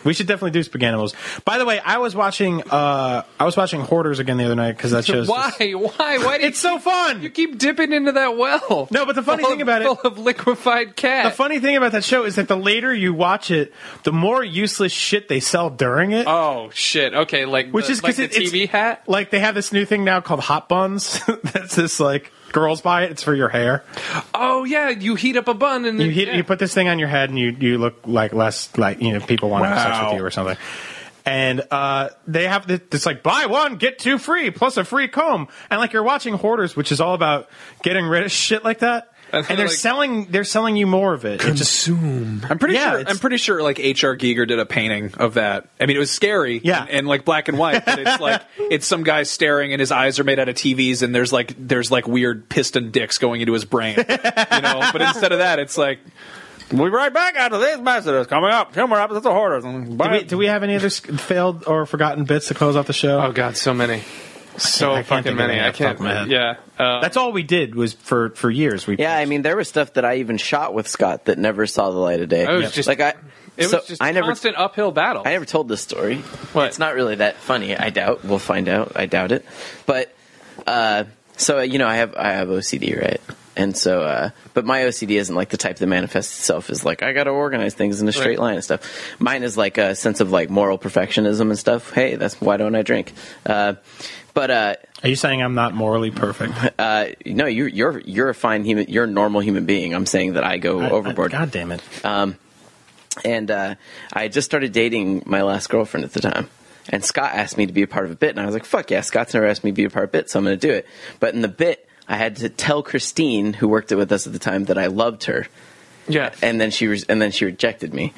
Speaker 3: We should definitely do Spaganimals. By the way, I was watching. Uh, I was watching Hoarders again the other night because that shows.
Speaker 4: Why? Why? Why do you,
Speaker 3: It's so fun.
Speaker 4: you keep dipping into that well?
Speaker 3: No, but the funny
Speaker 4: Full
Speaker 3: thing
Speaker 4: of-
Speaker 3: about it-
Speaker 4: full of liquefied cat.
Speaker 3: The funny thing about that show is that the later you watch it, the more useless shit they sell during it.
Speaker 4: Oh shit! Okay, like
Speaker 3: which
Speaker 4: the,
Speaker 3: is
Speaker 4: like
Speaker 3: because
Speaker 4: the TV hat.
Speaker 3: Like they have this new thing now called hot buns. That's this like girls buy it. It's for your hair.
Speaker 4: Oh yeah, you heat up a bun and
Speaker 3: You
Speaker 4: then-
Speaker 3: hit,
Speaker 4: yeah.
Speaker 3: you put this thing on your head and you you look like less like you know people want to have sex with you or something. And uh, they have this, this like buy one get two free plus a free comb. And like you're watching Hoarders, which is all about getting rid of shit like that.
Speaker 4: And
Speaker 3: And, they're
Speaker 4: like-
Speaker 3: selling they're selling you more of it. It just
Speaker 2: I'm pretty
Speaker 3: Yeah,
Speaker 2: sure.
Speaker 3: it's-
Speaker 2: I'm pretty sure like H.R. Giger did a painting of that. I mean, it was scary.
Speaker 3: Yeah.
Speaker 2: and, and, like black and white. But it's like it's some guy staring, and his eyes are made out of TVs, and there's like there's like weird piston dicks going into his brain. You know, but instead of that, it's like. We'll be right back after this message is coming up. Two more episodes of Hoarders.
Speaker 3: do we, do we have any other s- failed or forgotten bits to close off the show?
Speaker 4: Oh god, so many, so
Speaker 3: I can't
Speaker 4: fucking
Speaker 3: think of
Speaker 4: many.
Speaker 3: any
Speaker 4: I
Speaker 3: off the top
Speaker 4: can't.
Speaker 3: of my head.
Speaker 4: Yeah, uh,
Speaker 3: That's all we did was for for years. We
Speaker 1: Yeah, I mean, there was stuff that I even shot with Scott that never saw the light of day.
Speaker 4: It was just-
Speaker 1: like I,
Speaker 4: it
Speaker 1: so
Speaker 4: was just
Speaker 1: I never,
Speaker 4: constant uphill battle.
Speaker 1: I never told this story.
Speaker 4: What?
Speaker 1: It's not really that funny. I doubt. We'll find out. I doubt it. But uh, so you know, I have I have OCD, right? And so, uh, but my OCD isn't like the type that manifests itself as like I got to organize things in a straight line and stuff. Mine is like a sense of like moral perfectionism and stuff. Hey, that's why don't I drink? Uh, but uh,
Speaker 3: Are you saying I'm not morally perfect?
Speaker 1: uh, no, you, you're you're a fine human. You're a normal human being. I'm saying that I go overboard.
Speaker 3: God damn it!
Speaker 1: and uh, I just started dating my last girlfriend at the time. And Scott asked me to be a part of a bit, and I was like, "Fuck yeah!" Scott's never asked me to be a part of a bit, so I'm going to do it. But in the bit, I had to tell Christine, who worked it with us at the time, that I loved her,
Speaker 4: yeah,
Speaker 1: and then she re- and then she rejected me.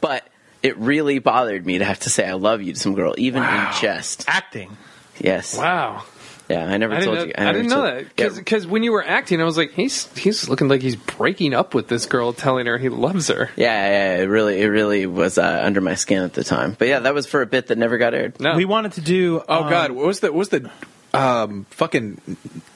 Speaker 1: But it really bothered me to have to say I love you to some girl, even in jest.
Speaker 3: Acting.
Speaker 1: Yes,
Speaker 4: wow.
Speaker 1: yeah, I never
Speaker 4: I didn't
Speaker 1: told
Speaker 4: know,
Speaker 1: you.
Speaker 4: I
Speaker 1: never
Speaker 4: didn't know
Speaker 1: told-
Speaker 4: that because
Speaker 1: Yeah.
Speaker 4: when you were acting, I was like, he's he's looking like he's breaking up with this girl, telling her he loves her.
Speaker 1: Yeah, yeah, it really, it really was uh, under my skin at the time. But yeah, that was for a bit that never got aired.
Speaker 4: No,
Speaker 3: We wanted to do.
Speaker 2: Oh
Speaker 3: um,
Speaker 2: God, what was the what was the um fucking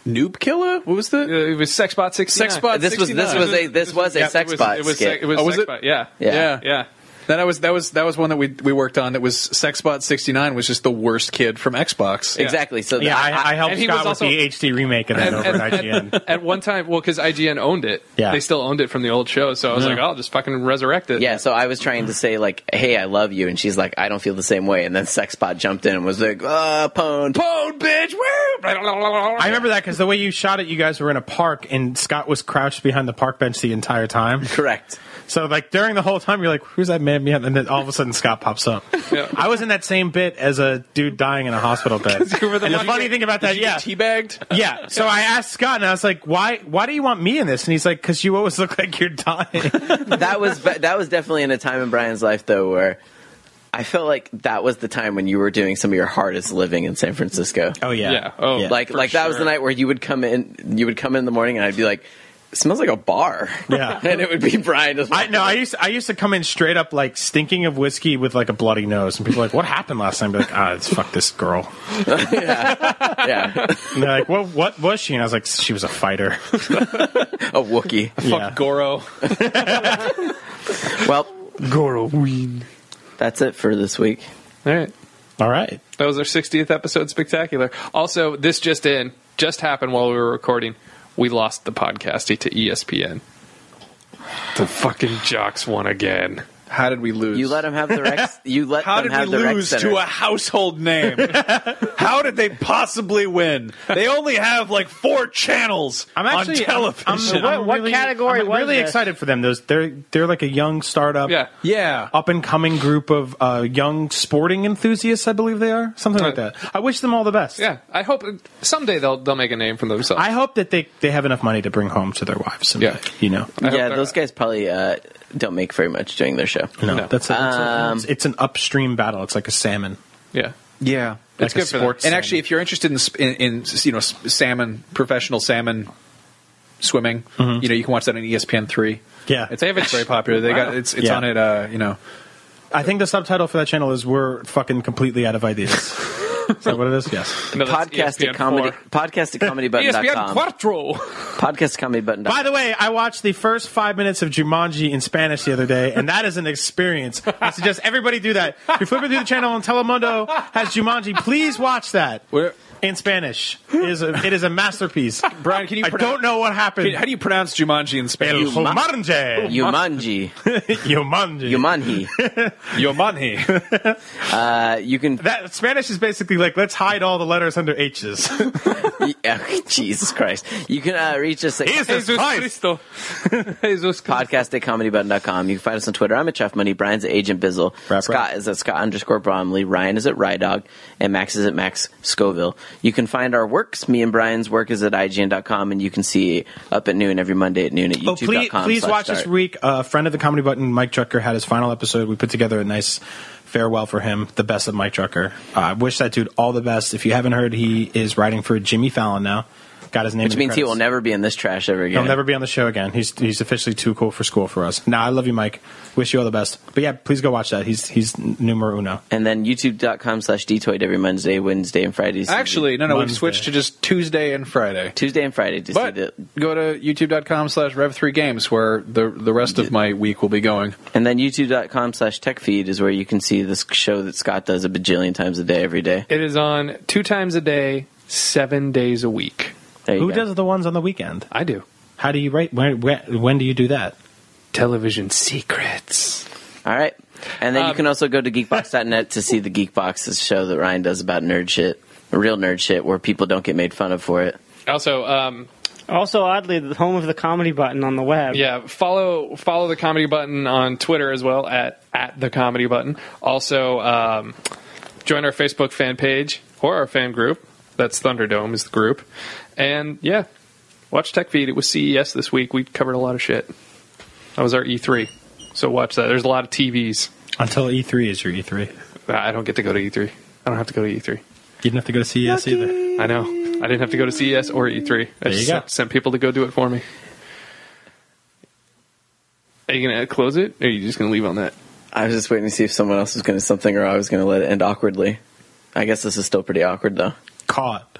Speaker 2: noob killer? What was
Speaker 4: Uh,
Speaker 2: the
Speaker 4: it was Sexbot six.
Speaker 2: Sexbot
Speaker 1: This was- this
Speaker 2: 69.
Speaker 1: was a- this was a
Speaker 4: It was,
Speaker 1: Sexbot
Speaker 4: it was,
Speaker 1: skit.
Speaker 4: Sex- it was,
Speaker 2: Oh, was it?
Speaker 4: Sexbot. Yeah,
Speaker 1: Yeah.
Speaker 4: yeah, yeah.
Speaker 2: Then I was that was that was one that we we worked on that was Sexbot sixty nine was just the worst kid from Xbox.
Speaker 1: Exactly. So
Speaker 3: Yeah,
Speaker 1: the-
Speaker 3: I, I helped
Speaker 4: and he was
Speaker 3: Scott
Speaker 4: also-
Speaker 3: with the HD remake of that over at IGN.
Speaker 4: At one time, well, because IGN owned it,
Speaker 3: Yeah.
Speaker 4: they still owned it from the old show. So I was like, I'll just fucking resurrect it.
Speaker 1: Yeah, so I was trying to say like, "Hey, I love you," and she's like, "I don't feel the same way." And then Sexbot jumped in and was like, "Uh, pwn."
Speaker 4: Bone bitch. Woo!
Speaker 3: I remember that because the way you shot it, you guys were in a park, and Scott was crouched behind the park bench the entire time.
Speaker 1: Correct.
Speaker 3: So like during the whole time, you're like, "Who's that man behind?" And then all of a sudden, Scott pops up. I was in that same bit as a dude dying in a hospital bed.
Speaker 4: you were the
Speaker 3: and the
Speaker 4: one-
Speaker 3: funny thing about that, yeah,
Speaker 2: Teabagged.
Speaker 3: yeah. So I asked Scott, and I was like, "Why? Why do you want me in this?" And he's like, "Cause you always look like you're dying."
Speaker 1: That was that was definitely in a time in Brian's life though where I felt like that was the time when you were doing some of your hardest living in San Francisco.
Speaker 3: Oh yeah.
Speaker 4: Yeah. Oh,
Speaker 3: Yeah.
Speaker 1: like
Speaker 4: for
Speaker 1: like that was the
Speaker 4: sure.
Speaker 1: night where you would come in you would come in the morning and I'd be like "It smells like a bar
Speaker 3: Yeah.
Speaker 1: and it would be Brian just
Speaker 3: I no, I used I used to come in straight up like stinking of whiskey with like a bloody nose, and people are like, "What happened last time?" I'd be like, "Ah, it's fuck this girl."
Speaker 1: yeah
Speaker 3: And they're like, "What? What was she?" And I was like, "She was a fighter."
Speaker 1: a Wookie
Speaker 3: yeah.
Speaker 2: Fuck Goro.
Speaker 1: well
Speaker 6: Goro Ween.
Speaker 1: that's it for this week
Speaker 4: All right.
Speaker 3: All right.
Speaker 4: That was our 60th episode spectacular. Also, this just in, just happened while we were recording. We lost the podcasty to E ESPN. The fucking jocks won again.
Speaker 2: How did we lose?
Speaker 1: you let him have the Rex you let
Speaker 2: How
Speaker 1: them
Speaker 2: did we
Speaker 1: have the Rex
Speaker 2: lose
Speaker 1: Center.
Speaker 2: to a household name? How did they possibly win? They only have like four channels
Speaker 3: I'm actually
Speaker 2: on
Speaker 3: I'm-
Speaker 2: television.
Speaker 3: I'm
Speaker 5: What- what
Speaker 3: really-
Speaker 5: category
Speaker 3: I'm
Speaker 5: was
Speaker 3: really
Speaker 5: this?
Speaker 3: excited for them. Those they're they're like a young startup.
Speaker 4: Yeah.
Speaker 2: yeah.
Speaker 3: Up and coming group of uh, young sporting enthusiasts, I believe they are, something like
Speaker 4: Right.
Speaker 3: that. I wish them all the best.
Speaker 4: Yeah. I hope someday they'll they'll make a name for themselves.
Speaker 3: I hope that they, they have enough money to bring home to their wives. Someday,
Speaker 4: Yeah.
Speaker 3: you know,
Speaker 4: I hope
Speaker 1: yeah
Speaker 4: they're-
Speaker 1: those guys probably uh, don't make very much doing their show
Speaker 3: no,
Speaker 4: No.
Speaker 3: that's, a, that's a- it's, it's an upstream battle. It's like a salmon.
Speaker 4: yeah.
Speaker 2: Yeah.
Speaker 3: Like
Speaker 4: It's
Speaker 3: a
Speaker 4: good for them.
Speaker 3: sports
Speaker 2: And actually, if you're interested in, sp- in, in you know s- salmon, professional salmon swimming, you know you can watch that on E ESPN three.
Speaker 3: Yeah.
Speaker 2: it's, it's very popular. They got it's it's
Speaker 3: Yeah.
Speaker 2: on it. Uh, you know,
Speaker 3: I think the subtitle for that channel is "We're fucking completely out of ideas." is that what it is? Yes.
Speaker 4: No, that's
Speaker 2: E
Speaker 1: podcast
Speaker 4: ESPN
Speaker 1: at comedy
Speaker 4: four.
Speaker 1: podcast at comedy
Speaker 4: E
Speaker 1: button dot
Speaker 4: ESPN
Speaker 1: com
Speaker 4: Cuatro.
Speaker 1: podcast comedy button
Speaker 3: By the way, I watched the first five minutes of Jumanji in Spanish the other day, and that is an experience. I suggest everybody do that. If you're flipping through the channel and Telemundo has Jumanji, please watch that
Speaker 2: Where-
Speaker 3: in Spanish. It is a, it is a masterpiece.
Speaker 2: Brian, can you?
Speaker 3: I
Speaker 2: pronounce-
Speaker 3: don't know what happened.
Speaker 2: Can, how do you pronounce Jumanji in
Speaker 3: El
Speaker 2: Spanish?
Speaker 3: Jumanji.
Speaker 1: Yumanji
Speaker 3: Jumanji.
Speaker 1: Yumanji
Speaker 2: Jumanji.
Speaker 1: uh, you can
Speaker 3: That Spanish is basically like let's hide all the letters under H's.
Speaker 1: yeah, oh, Jesus Christ you can uh, reach us at
Speaker 4: Jesus Cristo. Jesus Cristo.
Speaker 1: podcast at comedybutton.com. You can find us on Twitter. I'm at Jeff Money. Brian's at Agent Bizzle.
Speaker 3: rap.
Speaker 1: Scott is at Scott underscore Bromley. Ryan is at Rydog. And Max is at Max Scoville. You can find our works. Me and Brian's work is at IGN.com. And you can see up at noon every Monday at noon at
Speaker 3: Oh,
Speaker 1: YouTube.com.
Speaker 3: please, please
Speaker 1: slash
Speaker 3: watch this
Speaker 1: start.
Speaker 3: week. A friend of the Comedy Button, Mike Drucker, had his final episode. We put together a nice farewell for him. The best of Mike Drucker. Uh, I wish that dude all the best. If you haven't heard, he is writing for Jimmy Fallon now. Got his name,
Speaker 1: Which
Speaker 3: in the
Speaker 1: means he
Speaker 3: credits.
Speaker 1: will never be in this trash ever again.
Speaker 3: He'll never be on the show again. He's he's officially too cool for school for us. Now I love you, Mike. Wish you all the best. But yeah, please go watch that. He's he's numero uno.
Speaker 1: And then YouTube.com slash Detoid every Monday, Wednesday, and Friday.
Speaker 2: actually, no, no. We
Speaker 3: Monday.
Speaker 2: switched to just Tuesday and Friday.
Speaker 1: Tuesday and Friday to
Speaker 2: But
Speaker 1: see the
Speaker 2: go to youtube.com slash rev3games where the the rest of my week will be going.
Speaker 1: And then youtube.com slash tech feed is where you can see this show that Scott does a bajillion times a day every day.
Speaker 4: It is on two times a day, seven days a week.
Speaker 1: There you
Speaker 3: Who
Speaker 1: go.
Speaker 3: does the ones on the weekend?
Speaker 4: I do.
Speaker 3: How do you write? Where, where, when do you do that?
Speaker 4: Television secrets.
Speaker 1: All right. And then you
Speaker 4: Um,
Speaker 1: can also go to geekbox.net to see the Geekbox's show that Ryan does about nerd shit, real nerd shit, where people don't get made fun of for it.
Speaker 4: Also, um,
Speaker 5: Also, oddly, the home of the comedy button on the web.
Speaker 4: yeah, follow follow the comedy button on Twitter as well at at the comedy button. Also, um, join our Facebook fan page or our fan group. That's Thunderdome is the group, and yeah, watch Tech Feed. It was CES this week. We covered a lot of shit. That was our E3, so watch that. There's a lot of TVs.
Speaker 3: Until E3 is your E E3.
Speaker 4: I don't get to go to E3. I don't have to E go to E3.
Speaker 3: You didn't have to go to CES either.
Speaker 4: I know. I didn't have to go to CES or E3. I
Speaker 3: There you
Speaker 4: just
Speaker 3: go.
Speaker 4: sent, sent people to go do it for me. Are you gonna close it, or are you just gonna leave on that?
Speaker 1: I was just waiting to see if someone else was going to something or I was going to let it end awkwardly. I guess this is still pretty awkward, though.
Speaker 3: Caught.